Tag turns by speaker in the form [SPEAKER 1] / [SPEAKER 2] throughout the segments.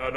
[SPEAKER 1] An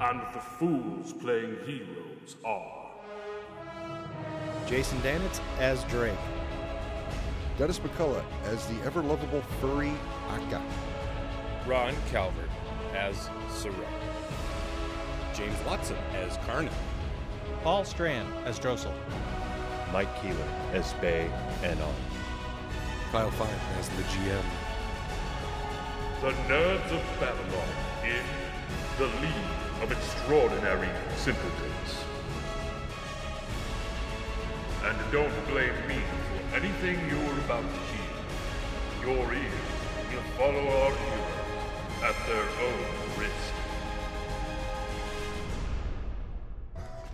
[SPEAKER 1] And the fools playing heroes are.
[SPEAKER 2] Jason Danitz as Drake.
[SPEAKER 3] Dennis McCullough as the ever lovable furry Akka.
[SPEAKER 4] Ron Calvert as Sorrel. James Watson as Carnan.
[SPEAKER 2] Paul Strand as Drossel.
[SPEAKER 5] Mike Keeler as Bay and on.
[SPEAKER 6] Kyle Fine as the GM.
[SPEAKER 1] The Nerds of Babylon in The League of Extraordinary Simpletons. And don't blame me for anything you're about to hear. Your ears will follow our heroes at their own risk.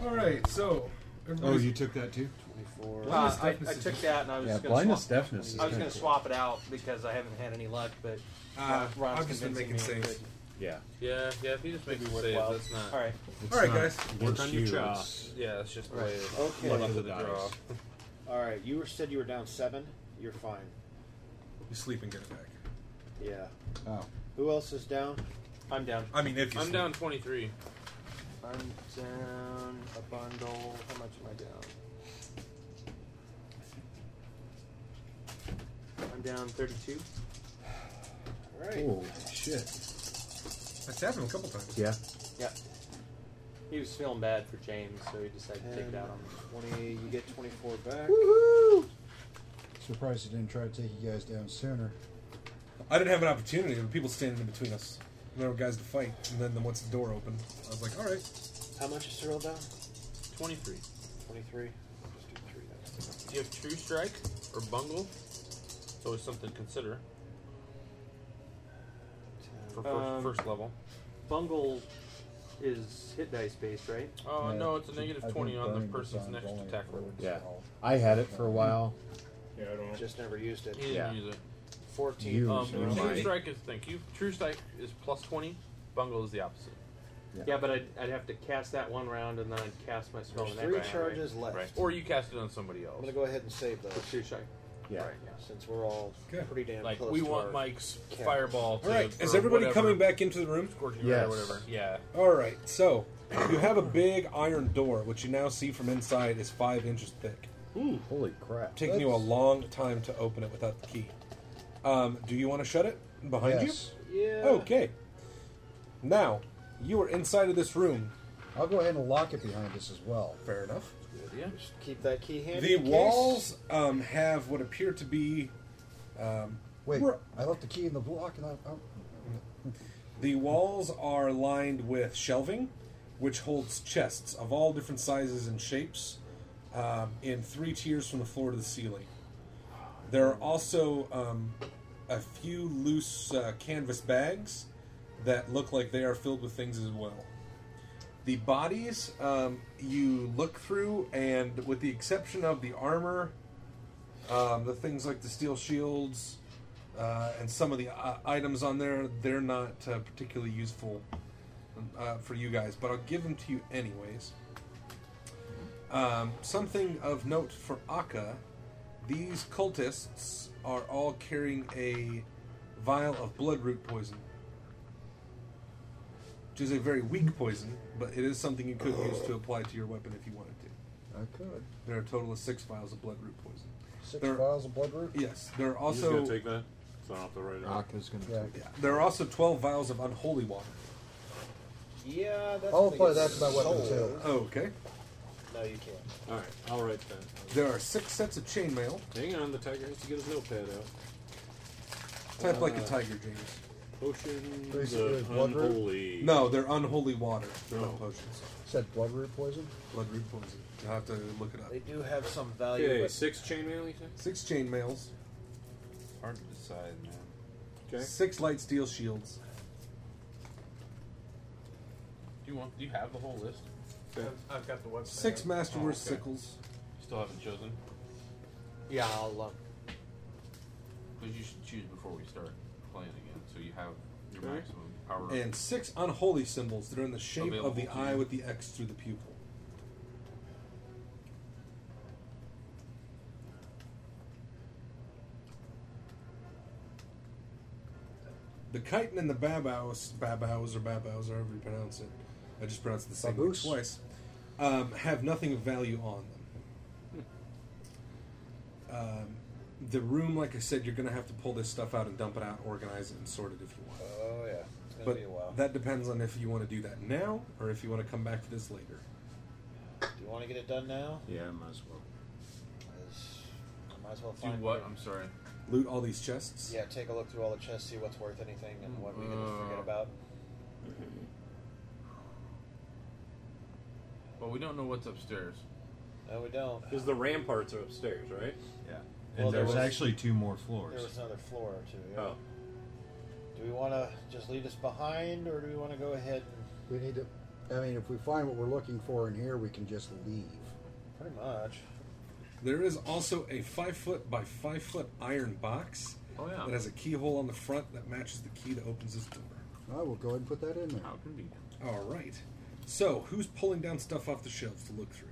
[SPEAKER 7] All right, so.
[SPEAKER 8] Oh, you took that too?
[SPEAKER 9] Uh, I, I took that and I was
[SPEAKER 8] Yeah,
[SPEAKER 9] just gonna
[SPEAKER 8] blindness
[SPEAKER 9] swap,
[SPEAKER 8] deafness is
[SPEAKER 9] I was
[SPEAKER 8] kinda
[SPEAKER 9] going to
[SPEAKER 8] cool.
[SPEAKER 9] swap it out because I haven't had any luck, but
[SPEAKER 7] Uh,
[SPEAKER 9] Ron's
[SPEAKER 7] I've just been
[SPEAKER 9] convincing
[SPEAKER 7] making
[SPEAKER 9] me
[SPEAKER 7] saves.
[SPEAKER 5] Yeah.
[SPEAKER 4] Yeah, yeah, if you just make me
[SPEAKER 9] Well,
[SPEAKER 4] save, that's not.
[SPEAKER 9] all right.
[SPEAKER 7] All right, guys.
[SPEAKER 4] Work on your
[SPEAKER 8] you, uh,
[SPEAKER 4] draw.
[SPEAKER 8] it's-
[SPEAKER 4] Yeah, that's just the
[SPEAKER 2] Right.
[SPEAKER 4] way it
[SPEAKER 2] Okay.
[SPEAKER 4] luck
[SPEAKER 2] Luck
[SPEAKER 4] of
[SPEAKER 2] of
[SPEAKER 4] the
[SPEAKER 2] the dice.
[SPEAKER 4] draw.
[SPEAKER 2] All right, you were said you were down seven. You're fine.
[SPEAKER 7] You sleep and get it back.
[SPEAKER 2] Yeah.
[SPEAKER 8] Oh.
[SPEAKER 2] Who else is down?
[SPEAKER 9] I'm down.
[SPEAKER 7] I mean, if you
[SPEAKER 4] I'm
[SPEAKER 7] sleep.
[SPEAKER 4] down 23.
[SPEAKER 9] I'm down a bundle. How much am I down? I'm down 32.
[SPEAKER 2] All right.
[SPEAKER 8] Oh, shit.
[SPEAKER 7] That's happened a couple times.
[SPEAKER 8] Yeah.
[SPEAKER 9] Yeah. He was feeling bad for James, so he decided to take
[SPEAKER 2] 10,
[SPEAKER 9] it out on me.
[SPEAKER 2] 20, you get 24 back.
[SPEAKER 10] Surprised he didn't try to take you guys down sooner.
[SPEAKER 7] I didn't have an opportunity. There were people standing in between us. And there were guys to fight. And then, then once the door opened, I was like, all right.
[SPEAKER 2] How much is Cyril down?
[SPEAKER 4] 23.
[SPEAKER 2] 23. Just do three. That's enough.
[SPEAKER 4] Do you have True Strike or Bungle? It's always something to consider for first,
[SPEAKER 9] Um,
[SPEAKER 4] first level.
[SPEAKER 9] Bungle is hit dice based, right?
[SPEAKER 4] Oh,
[SPEAKER 10] Yeah,
[SPEAKER 4] no, it's a
[SPEAKER 10] I
[SPEAKER 4] negative
[SPEAKER 10] think
[SPEAKER 4] 20 on the
[SPEAKER 10] burning
[SPEAKER 4] person's
[SPEAKER 10] design
[SPEAKER 4] next
[SPEAKER 10] only
[SPEAKER 4] attack roll.
[SPEAKER 10] works
[SPEAKER 5] Yeah.
[SPEAKER 10] out.
[SPEAKER 5] I had it for a while.
[SPEAKER 8] Yeah, I don't
[SPEAKER 2] Just never used it.
[SPEAKER 4] He didn't
[SPEAKER 5] Yeah.
[SPEAKER 4] use it.
[SPEAKER 2] 14.
[SPEAKER 5] You-
[SPEAKER 4] Um,
[SPEAKER 5] so
[SPEAKER 2] Cyril.
[SPEAKER 4] True
[SPEAKER 5] my-
[SPEAKER 4] Strike is thank you. True Strike is plus 20. Bungle is the opposite.
[SPEAKER 9] Yeah, but I'd, I'd have to cast that one round and then I'd cast my spell.
[SPEAKER 2] There's
[SPEAKER 9] the next
[SPEAKER 2] three
[SPEAKER 9] round,
[SPEAKER 2] charges
[SPEAKER 9] right?
[SPEAKER 2] left.
[SPEAKER 4] Right. Or you cast it on somebody else.
[SPEAKER 2] I'm going to go ahead and save those.
[SPEAKER 9] True strike.
[SPEAKER 5] Yeah.
[SPEAKER 9] Right, yeah.
[SPEAKER 2] Since we're all
[SPEAKER 7] Okay.
[SPEAKER 2] pretty damn
[SPEAKER 4] Like
[SPEAKER 2] close.
[SPEAKER 4] we
[SPEAKER 2] to
[SPEAKER 4] want
[SPEAKER 2] our-
[SPEAKER 4] Mike's
[SPEAKER 2] cap.
[SPEAKER 4] fireball. To,
[SPEAKER 7] All right. Is
[SPEAKER 4] or
[SPEAKER 7] everybody
[SPEAKER 4] whatever,
[SPEAKER 7] coming back into the room?
[SPEAKER 4] Scorching ray
[SPEAKER 5] Yes.
[SPEAKER 4] or whatever. Yeah.
[SPEAKER 7] All right. So, you have a big iron door, which you now see from inside is five inches thick.
[SPEAKER 5] Holy crap.
[SPEAKER 7] Taking you a long time to open it without the key. Um, do you want to shut it behind
[SPEAKER 10] Yes.
[SPEAKER 7] you?
[SPEAKER 9] Yeah.
[SPEAKER 7] Okay. Now, you are inside of this room.
[SPEAKER 10] I'll go ahead and lock it behind us as well.
[SPEAKER 7] Fair enough.
[SPEAKER 4] Yeah.
[SPEAKER 2] Just keep that key handy.
[SPEAKER 7] The
[SPEAKER 2] in case.
[SPEAKER 7] walls um, have what appear to be um,
[SPEAKER 10] Wait,
[SPEAKER 7] We're-
[SPEAKER 10] I left the key in the block and I. Oh,
[SPEAKER 7] The walls are lined with shelving, which holds chests of all different sizes and shapes, um, in three tiers from the floor to the ceiling. There are also um, a few loose uh, canvas bags that look like they are filled with things as well. The bodies um, you look through, and with the exception of the armor, um, the things like the steel shields, uh, and some of the uh, items on there they're not uh, particularly useful uh, for you guys but i'll give them to you anyways um, something of note for akka these cultists are all carrying a vial of bloodroot poison which is a very weak poison but it is something you could use to apply to your weapon if you wanted to
[SPEAKER 10] I could.
[SPEAKER 7] there are a total of six vials of bloodroot poison
[SPEAKER 11] Six
[SPEAKER 7] There-
[SPEAKER 11] vials of bloodroot.
[SPEAKER 7] Yes, there are
[SPEAKER 4] He's gonna
[SPEAKER 7] also
[SPEAKER 4] take that. So I don't have to write it.
[SPEAKER 12] Rock is gonna
[SPEAKER 11] Yeah.
[SPEAKER 12] take it.
[SPEAKER 7] there are also twelve vials of unholy water.
[SPEAKER 2] Yeah, that's.
[SPEAKER 10] Oh,
[SPEAKER 11] I'll
[SPEAKER 2] the
[SPEAKER 11] play
[SPEAKER 2] thing,
[SPEAKER 11] that
[SPEAKER 2] it's
[SPEAKER 11] to my weapon
[SPEAKER 2] soul.
[SPEAKER 11] too.
[SPEAKER 7] Oh, okay.
[SPEAKER 2] No, you can't.
[SPEAKER 4] All right, I'll write that.
[SPEAKER 7] There are six sets of chainmail.
[SPEAKER 4] Hang on, the tiger has to get his notepad out.
[SPEAKER 7] Type like a
[SPEAKER 4] Uh,
[SPEAKER 7] tiger, James.
[SPEAKER 4] Potions
[SPEAKER 11] Basically,
[SPEAKER 4] of
[SPEAKER 11] it's bloodroot?
[SPEAKER 4] unholy.
[SPEAKER 7] No, they're unholy water. They're not
[SPEAKER 4] Oh.
[SPEAKER 7] potions.
[SPEAKER 11] Said bloodroot poison.
[SPEAKER 7] Bloodroot poison. You'll have to look it up.
[SPEAKER 2] They do have some value.
[SPEAKER 4] Okay,
[SPEAKER 2] but
[SPEAKER 4] six chainmail. You said.
[SPEAKER 7] Six chainmails,
[SPEAKER 12] Hard to decide, man.
[SPEAKER 4] Okay.
[SPEAKER 7] six light steel shields.
[SPEAKER 13] Do you want? Do you have the whole list?
[SPEAKER 4] Okay.
[SPEAKER 14] I've, I've got the website.
[SPEAKER 7] Six
[SPEAKER 14] up.
[SPEAKER 7] masterworth
[SPEAKER 13] Oh, okay.
[SPEAKER 7] sickles.
[SPEAKER 13] You still haven't chosen?
[SPEAKER 14] Yeah, I'll. Um,
[SPEAKER 13] Because you should choose before we start playing again, so you have your
[SPEAKER 4] Okay.
[SPEAKER 13] maximum power. up.
[SPEAKER 7] And six unholy symbols that are in the shape of
[SPEAKER 13] Available
[SPEAKER 7] the
[SPEAKER 13] to
[SPEAKER 7] eye
[SPEAKER 13] you.
[SPEAKER 7] with the X through the pupil. The chitin and the babaus, babaus or babaus, however you pronounce it, I just pronounced the same word
[SPEAKER 11] Baboos.
[SPEAKER 7] twice, um, have nothing of value on them. Um, the room, like I said, you're going to have to pull this stuff out and dump it out, organize it, and sort it if you want.
[SPEAKER 2] Oh yeah, it's gonna
[SPEAKER 7] But
[SPEAKER 2] be a while.
[SPEAKER 7] that depends on if you want to do that now or if you want to come back to this later.
[SPEAKER 2] do you want to get it done now?
[SPEAKER 12] Yeah, might as well.
[SPEAKER 2] Is- I might as well
[SPEAKER 13] do
[SPEAKER 2] find
[SPEAKER 13] what?
[SPEAKER 2] it.
[SPEAKER 13] I'm sorry.
[SPEAKER 7] Loot all these chests.
[SPEAKER 2] Yeah, take a look through all the chests, see what's worth anything, and what we can forget about.
[SPEAKER 13] Well, we don't know what's upstairs.
[SPEAKER 2] No, we don't.
[SPEAKER 4] Because the ramparts are upstairs, right?
[SPEAKER 12] Yeah. And
[SPEAKER 2] Well, there
[SPEAKER 12] there's
[SPEAKER 2] was-
[SPEAKER 12] actually two more
[SPEAKER 2] There was
[SPEAKER 12] floors.
[SPEAKER 2] another floor or two. Yeah.
[SPEAKER 4] Oh.
[SPEAKER 2] Do we want to just leave this behind, or do we want to go ahead and
[SPEAKER 11] We need to. I mean, if we find what we're looking for in here, we can just leave.
[SPEAKER 2] pretty much?
[SPEAKER 7] There is also a five foot by five foot iron box
[SPEAKER 13] Oh yeah.
[SPEAKER 7] that has a keyhole on the front that matches the key that opens this door.
[SPEAKER 11] I will go ahead and put that in there.
[SPEAKER 13] How convenient.
[SPEAKER 7] All right. So who's pulling down stuff off the shelves to look through?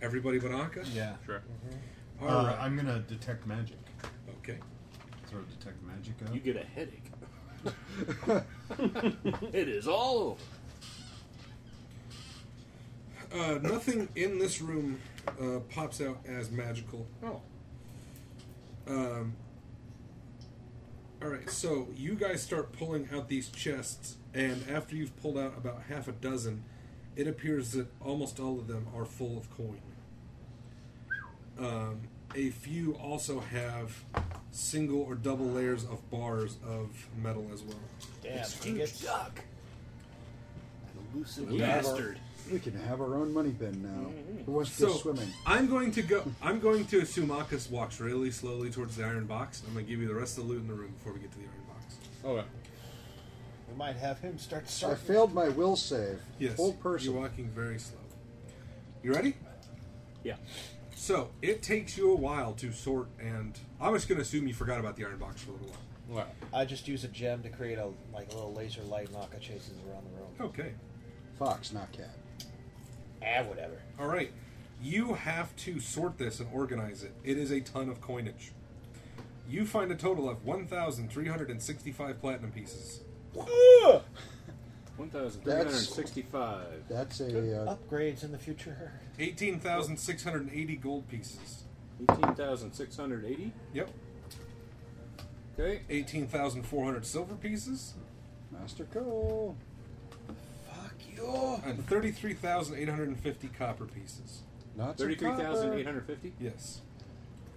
[SPEAKER 7] Everybody but Aka.
[SPEAKER 12] Yeah.
[SPEAKER 13] Sure.
[SPEAKER 7] All
[SPEAKER 12] Uh,
[SPEAKER 7] right.
[SPEAKER 12] I'm gonna detect magic.
[SPEAKER 7] Okay.
[SPEAKER 12] Throw detect magic up.
[SPEAKER 4] You get a headache. it is all over.
[SPEAKER 7] Uh, nothing in this room uh, pops out as magical. Oh. Um, all right, so you guys start pulling out these chests, and after you've pulled out about half a dozen, it appears that almost all of them are full of coin. Um, a few also have single or double layers of bars of metal as well.
[SPEAKER 2] Damn, he gets
[SPEAKER 4] Duck. Elusive
[SPEAKER 11] We have our-
[SPEAKER 4] bastard.
[SPEAKER 11] We can have our own money bin now. Who wants to
[SPEAKER 7] So
[SPEAKER 11] go swimming?
[SPEAKER 7] I'm going to go. I'm going to assume Akas walks really slowly towards the iron box. I'm going to give you the rest of the loot in the room before we get to the iron box.
[SPEAKER 13] Okay.
[SPEAKER 2] We might have him start
[SPEAKER 11] I
[SPEAKER 2] surfing.
[SPEAKER 11] failed my will save.
[SPEAKER 7] Yes,
[SPEAKER 11] Whole person.
[SPEAKER 7] You're walking very slow. You ready?
[SPEAKER 4] Yeah.
[SPEAKER 7] So it takes you a while to sort, and I'm just going to assume you forgot about the iron box for a little while.
[SPEAKER 13] Wow.
[SPEAKER 2] I just use a gem to create a like little laser light, and Naka chases around the room.
[SPEAKER 7] Okay.
[SPEAKER 11] Fox, not cat.
[SPEAKER 2] Ah, whatever.
[SPEAKER 7] All right. You have to sort this and organize it. It is a ton of coinage. You find a total of 1,365 platinum pieces.
[SPEAKER 4] One thousand three hundred sixty-five.
[SPEAKER 11] That's a. Uh,
[SPEAKER 2] Upgrades in the future.
[SPEAKER 7] 18,680 gold pieces.
[SPEAKER 4] Eighteen thousand six hundred eighty.
[SPEAKER 7] Yep.
[SPEAKER 4] Okay.
[SPEAKER 7] 18,400 silver pieces
[SPEAKER 11] Master Cole.
[SPEAKER 4] Fuck you.
[SPEAKER 7] and 33,850 copper pieces.
[SPEAKER 11] Not
[SPEAKER 4] Thirty-three thousand eight hundred fifty.
[SPEAKER 7] Yes.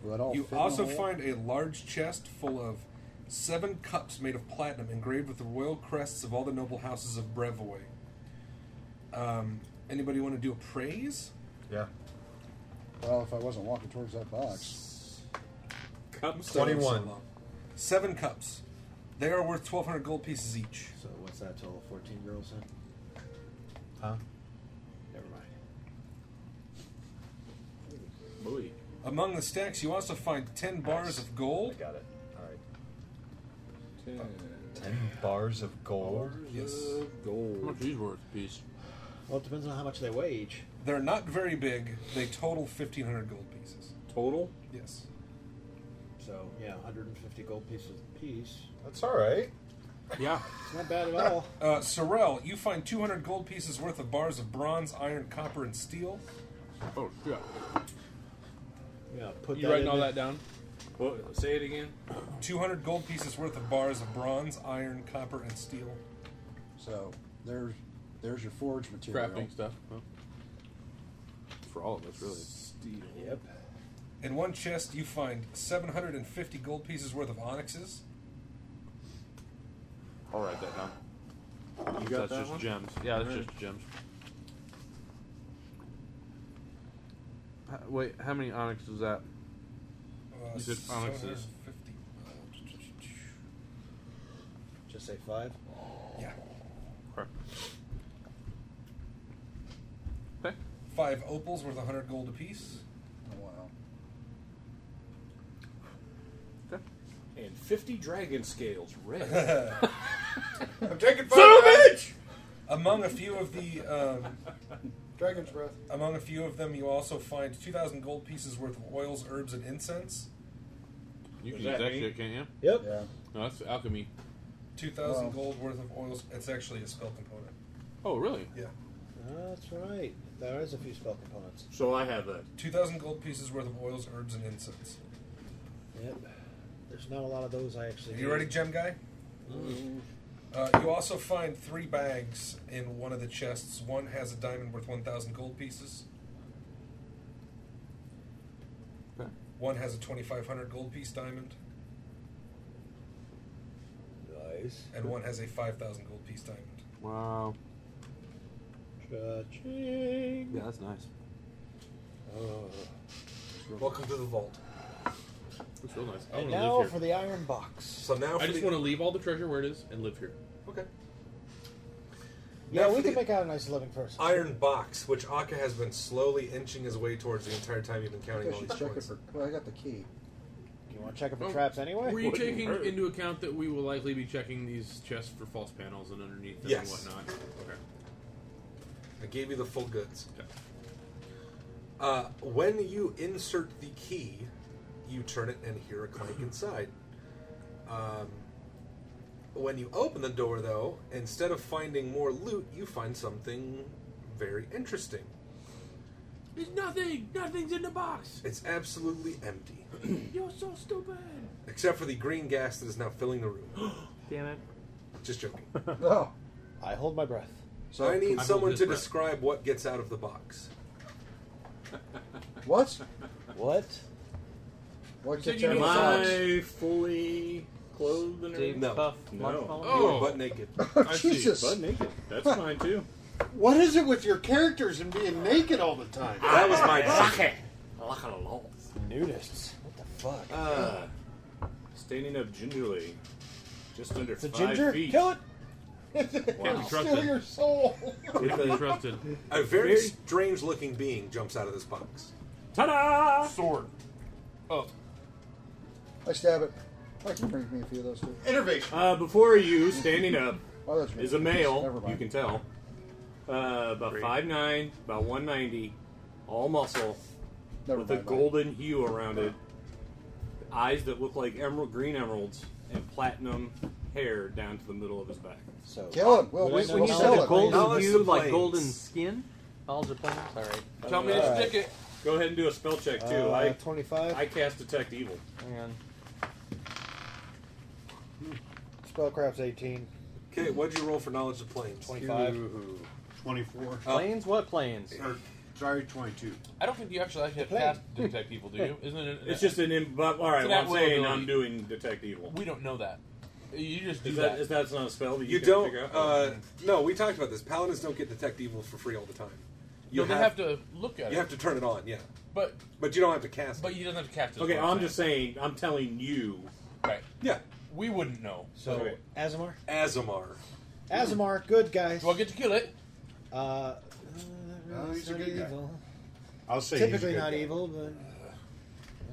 [SPEAKER 11] Let all
[SPEAKER 7] You
[SPEAKER 11] fit in
[SPEAKER 7] also
[SPEAKER 11] the-
[SPEAKER 7] find a large chest full of seven cups made of platinum engraved with the royal crests of all the noble houses of Brevoy. Um, anybody want to do a praise?
[SPEAKER 12] Yeah.
[SPEAKER 11] Well, if I wasn't walking towards that box,
[SPEAKER 4] Cups.
[SPEAKER 7] Sorry, I'm so
[SPEAKER 12] 21.
[SPEAKER 7] long. Seven cups. They are worth 1,200 gold pieces each.
[SPEAKER 2] So what's that total? Fourteen girls then?
[SPEAKER 12] Huh?
[SPEAKER 2] Never mind.
[SPEAKER 4] Boy.
[SPEAKER 7] Among the stacks, you also find 10 bars of gold.
[SPEAKER 2] Got it.
[SPEAKER 12] All right.
[SPEAKER 4] Ten.
[SPEAKER 12] Ten bars of gold.
[SPEAKER 7] Yes.
[SPEAKER 4] of Gold.
[SPEAKER 13] How much these worth a piece?
[SPEAKER 2] Well, it depends on how much they weigh each.
[SPEAKER 7] They're not very big. They total 1,500 gold pieces.
[SPEAKER 4] Total.
[SPEAKER 7] Yes.
[SPEAKER 2] So yeah, 150 gold pieces apiece.
[SPEAKER 12] That's all right.
[SPEAKER 4] Yeah.
[SPEAKER 2] It's not bad at all.
[SPEAKER 7] Uh, Sorel, you find 200 gold pieces
[SPEAKER 4] Oh,
[SPEAKER 7] worth of bars of bronze, iron, copper, and steel.
[SPEAKER 13] Oh shit.
[SPEAKER 2] Yeah, put
[SPEAKER 4] you
[SPEAKER 2] that
[SPEAKER 4] writing
[SPEAKER 2] in
[SPEAKER 4] all
[SPEAKER 2] there.
[SPEAKER 4] that down? What, say it again.
[SPEAKER 7] 200 gold pieces worth of bars of bronze, iron, copper, and steel.
[SPEAKER 15] So there's there's your forge material.
[SPEAKER 7] Crafting
[SPEAKER 4] stuff. For all of us, really. Steel.
[SPEAKER 2] Yep.
[SPEAKER 7] In one chest, you find 750 gold pieces worth of onyxes.
[SPEAKER 4] I'll write that down.
[SPEAKER 16] You got
[SPEAKER 4] that's
[SPEAKER 16] that
[SPEAKER 4] just
[SPEAKER 16] one?
[SPEAKER 4] gems. Yeah, that's
[SPEAKER 16] Alright.
[SPEAKER 4] just gems.
[SPEAKER 16] H- wait, how many onyx is that?
[SPEAKER 7] Uh,
[SPEAKER 16] you said onyxes.
[SPEAKER 7] 750.
[SPEAKER 2] Just say five.
[SPEAKER 7] Yeah.
[SPEAKER 4] Correct.
[SPEAKER 7] Five opals worth 100 gold apiece.
[SPEAKER 15] Wow.
[SPEAKER 4] And 50 dragon scales red.
[SPEAKER 7] I'm taking
[SPEAKER 4] Son of a bitch!
[SPEAKER 7] Among a few of the um,
[SPEAKER 15] dragon's breath.
[SPEAKER 7] Among a few of them, you also find 2,000 gold pieces worth of oils, herbs, and incense.
[SPEAKER 4] You can
[SPEAKER 7] Is
[SPEAKER 4] use
[SPEAKER 7] that
[SPEAKER 4] that
[SPEAKER 7] me?
[SPEAKER 4] shit, can't you?
[SPEAKER 2] Yep.
[SPEAKER 15] Yeah.
[SPEAKER 4] No, that's alchemy.
[SPEAKER 7] 2,000
[SPEAKER 2] Wow.
[SPEAKER 7] gold worth of oils. It's actually a spell component.
[SPEAKER 4] Oh, really?
[SPEAKER 7] Yeah.
[SPEAKER 2] That's right. There is a few spell components.
[SPEAKER 4] So I have that.
[SPEAKER 7] 2,000 gold pieces worth of oils, herbs, and incense.
[SPEAKER 2] Yep. There's not a lot of those I actually.
[SPEAKER 7] Are you ready, Gem Guy? Uh, you also find three bags in one of the chests. One has a diamond worth 1,000 gold pieces.
[SPEAKER 4] Okay.
[SPEAKER 7] One has a 2,500 gold piece diamond.
[SPEAKER 2] Nice.
[SPEAKER 7] And one has a 5,000 gold piece diamond.
[SPEAKER 4] Wow.
[SPEAKER 2] Cha-ching.
[SPEAKER 4] Yeah, that's nice.
[SPEAKER 2] Oh.
[SPEAKER 17] Welcome to the vault.
[SPEAKER 4] That's real nice. I
[SPEAKER 2] And
[SPEAKER 4] want to
[SPEAKER 2] now
[SPEAKER 4] live
[SPEAKER 2] for
[SPEAKER 4] here.
[SPEAKER 2] the iron box.
[SPEAKER 17] So now for
[SPEAKER 4] I just
[SPEAKER 17] the-
[SPEAKER 4] want to leave all the treasure where it is and live here.
[SPEAKER 17] Okay.
[SPEAKER 2] Yeah,
[SPEAKER 17] Now
[SPEAKER 2] we
[SPEAKER 17] for
[SPEAKER 2] can
[SPEAKER 17] the
[SPEAKER 2] make out a nice living person.
[SPEAKER 7] Iron box, which Akka has been slowly inching his way towards the entire time you've been counting
[SPEAKER 15] Yeah,
[SPEAKER 7] all
[SPEAKER 15] she's
[SPEAKER 7] these
[SPEAKER 15] checking
[SPEAKER 7] points.
[SPEAKER 15] for. Well, I got the key.
[SPEAKER 2] You want to check them
[SPEAKER 4] Oh.
[SPEAKER 2] for traps anyway?
[SPEAKER 4] Were you
[SPEAKER 2] Wouldn't
[SPEAKER 4] taking
[SPEAKER 2] hurt.
[SPEAKER 4] into account that we will likely be checking these chests for false panels and underneath them
[SPEAKER 7] Yes.
[SPEAKER 4] and whatnot? Okay.
[SPEAKER 7] I gave you the full goods. Uh, when you insert the key, you turn it and hear a clank inside. Um, when you open the door, though, instead of finding more loot, you find something very interesting.
[SPEAKER 4] There's nothing. Nothing's in the box.
[SPEAKER 7] It's absolutely empty,
[SPEAKER 4] You're so stupid.
[SPEAKER 7] except for the green gas that is now filling the room.
[SPEAKER 4] Damn it.
[SPEAKER 7] Just joking.
[SPEAKER 15] No.
[SPEAKER 2] I hold my breath.
[SPEAKER 7] So I
[SPEAKER 15] I
[SPEAKER 7] need
[SPEAKER 15] hold
[SPEAKER 7] someone
[SPEAKER 15] his
[SPEAKER 7] to
[SPEAKER 15] breath.
[SPEAKER 7] describe what gets out of the box.
[SPEAKER 15] What?
[SPEAKER 2] What?
[SPEAKER 15] What
[SPEAKER 4] said
[SPEAKER 15] gets
[SPEAKER 4] you
[SPEAKER 15] out of
[SPEAKER 4] knew
[SPEAKER 15] the box?
[SPEAKER 4] I fully clothed and everything?
[SPEAKER 7] No.
[SPEAKER 4] No.
[SPEAKER 7] You
[SPEAKER 1] Oh.
[SPEAKER 7] were butt naked.
[SPEAKER 4] Oh, I see.
[SPEAKER 15] Jesus.
[SPEAKER 4] Butt naked. That's fine too.
[SPEAKER 18] What is it with your characters and being naked all the time?
[SPEAKER 7] That was my
[SPEAKER 4] Lucky. Lucky lord.
[SPEAKER 2] Nudists. What the fuck?
[SPEAKER 4] Uh, standing up gingerly, just under
[SPEAKER 2] it's a
[SPEAKER 4] five
[SPEAKER 2] ginger.
[SPEAKER 4] feet.
[SPEAKER 2] Kill it.
[SPEAKER 4] Can't be
[SPEAKER 18] Steal
[SPEAKER 4] trusted.
[SPEAKER 18] your soul.
[SPEAKER 4] Can't be trusted.
[SPEAKER 7] A very
[SPEAKER 4] Very-
[SPEAKER 7] strange looking being jumps out of this box.
[SPEAKER 4] Ta-da!
[SPEAKER 7] Sword.
[SPEAKER 4] Oh.
[SPEAKER 15] I stab it. I can bring me a few of those too.
[SPEAKER 18] Innovation.
[SPEAKER 4] Uh, before you, standing up,
[SPEAKER 15] Oh, that's
[SPEAKER 4] is a
[SPEAKER 15] Never
[SPEAKER 4] male.
[SPEAKER 15] mind.
[SPEAKER 4] You can tell. Uh, about five nine, about one ninety, all muscle,
[SPEAKER 15] Never
[SPEAKER 4] with a
[SPEAKER 15] mind.
[SPEAKER 4] golden hue around it, eyes that look like emerald, green emeralds, and platinum hair down to the middle of his back.
[SPEAKER 2] So
[SPEAKER 15] Kill him. Well,
[SPEAKER 2] Would
[SPEAKER 15] we-
[SPEAKER 2] I
[SPEAKER 15] we'll
[SPEAKER 2] know
[SPEAKER 15] sell
[SPEAKER 2] how
[SPEAKER 15] it
[SPEAKER 2] to
[SPEAKER 15] right
[SPEAKER 2] golden
[SPEAKER 15] now.
[SPEAKER 7] Knowledge of planes.
[SPEAKER 1] skin? Knowledge of plants? Alright.
[SPEAKER 4] Tell me
[SPEAKER 2] All
[SPEAKER 4] to
[SPEAKER 2] right.
[SPEAKER 4] stick it. Go ahead and do a spell check too.
[SPEAKER 2] Uh,
[SPEAKER 4] I
[SPEAKER 2] 25?
[SPEAKER 4] I cast detect evil.
[SPEAKER 1] Hang on.
[SPEAKER 2] Spellcraft's 18.
[SPEAKER 7] Okay, what'd you roll for knowledge of planes?
[SPEAKER 2] 25.
[SPEAKER 18] Ooh,
[SPEAKER 4] uh,
[SPEAKER 18] 24.
[SPEAKER 1] Planes? What planes?
[SPEAKER 18] Or, sorry, 22.
[SPEAKER 1] I don't think you actually actually have to cast detect evil, do you? Isn't it?
[SPEAKER 4] It's just an. Im- but, all
[SPEAKER 1] It's
[SPEAKER 4] right,
[SPEAKER 1] an
[SPEAKER 4] well, I'm
[SPEAKER 1] at-will
[SPEAKER 4] saying
[SPEAKER 1] ability.
[SPEAKER 4] I'm doing detect evil.
[SPEAKER 1] We don't know that. You just do
[SPEAKER 4] Is
[SPEAKER 1] that.
[SPEAKER 4] that, is that's not a spell that you,
[SPEAKER 7] You
[SPEAKER 4] can
[SPEAKER 7] don't.
[SPEAKER 4] Figure out?
[SPEAKER 7] Uh, no, we talked about this. Paladins don't get detect evil for free all the time. You
[SPEAKER 1] no, they have to look at
[SPEAKER 7] You
[SPEAKER 1] it.
[SPEAKER 7] have to turn it on. Yeah,
[SPEAKER 1] But
[SPEAKER 7] but you don't have to cast.
[SPEAKER 1] but
[SPEAKER 7] it.
[SPEAKER 1] you don't have to cast it. is
[SPEAKER 4] okay,
[SPEAKER 1] what
[SPEAKER 4] I'm just saying. I'm telling you.
[SPEAKER 1] Right.
[SPEAKER 7] Yeah,
[SPEAKER 1] We wouldn't know.
[SPEAKER 2] So
[SPEAKER 4] Okay.
[SPEAKER 15] Oh.
[SPEAKER 2] Azamar.
[SPEAKER 7] Azamar.
[SPEAKER 2] Azamar, good guys.
[SPEAKER 1] Do I get to kill it?
[SPEAKER 2] Uh, uh,
[SPEAKER 18] Oh, he's a
[SPEAKER 2] not
[SPEAKER 18] good guy.
[SPEAKER 2] evil.
[SPEAKER 18] I'll say he's a
[SPEAKER 2] Typically
[SPEAKER 18] good
[SPEAKER 2] not
[SPEAKER 18] guy.
[SPEAKER 2] evil, but.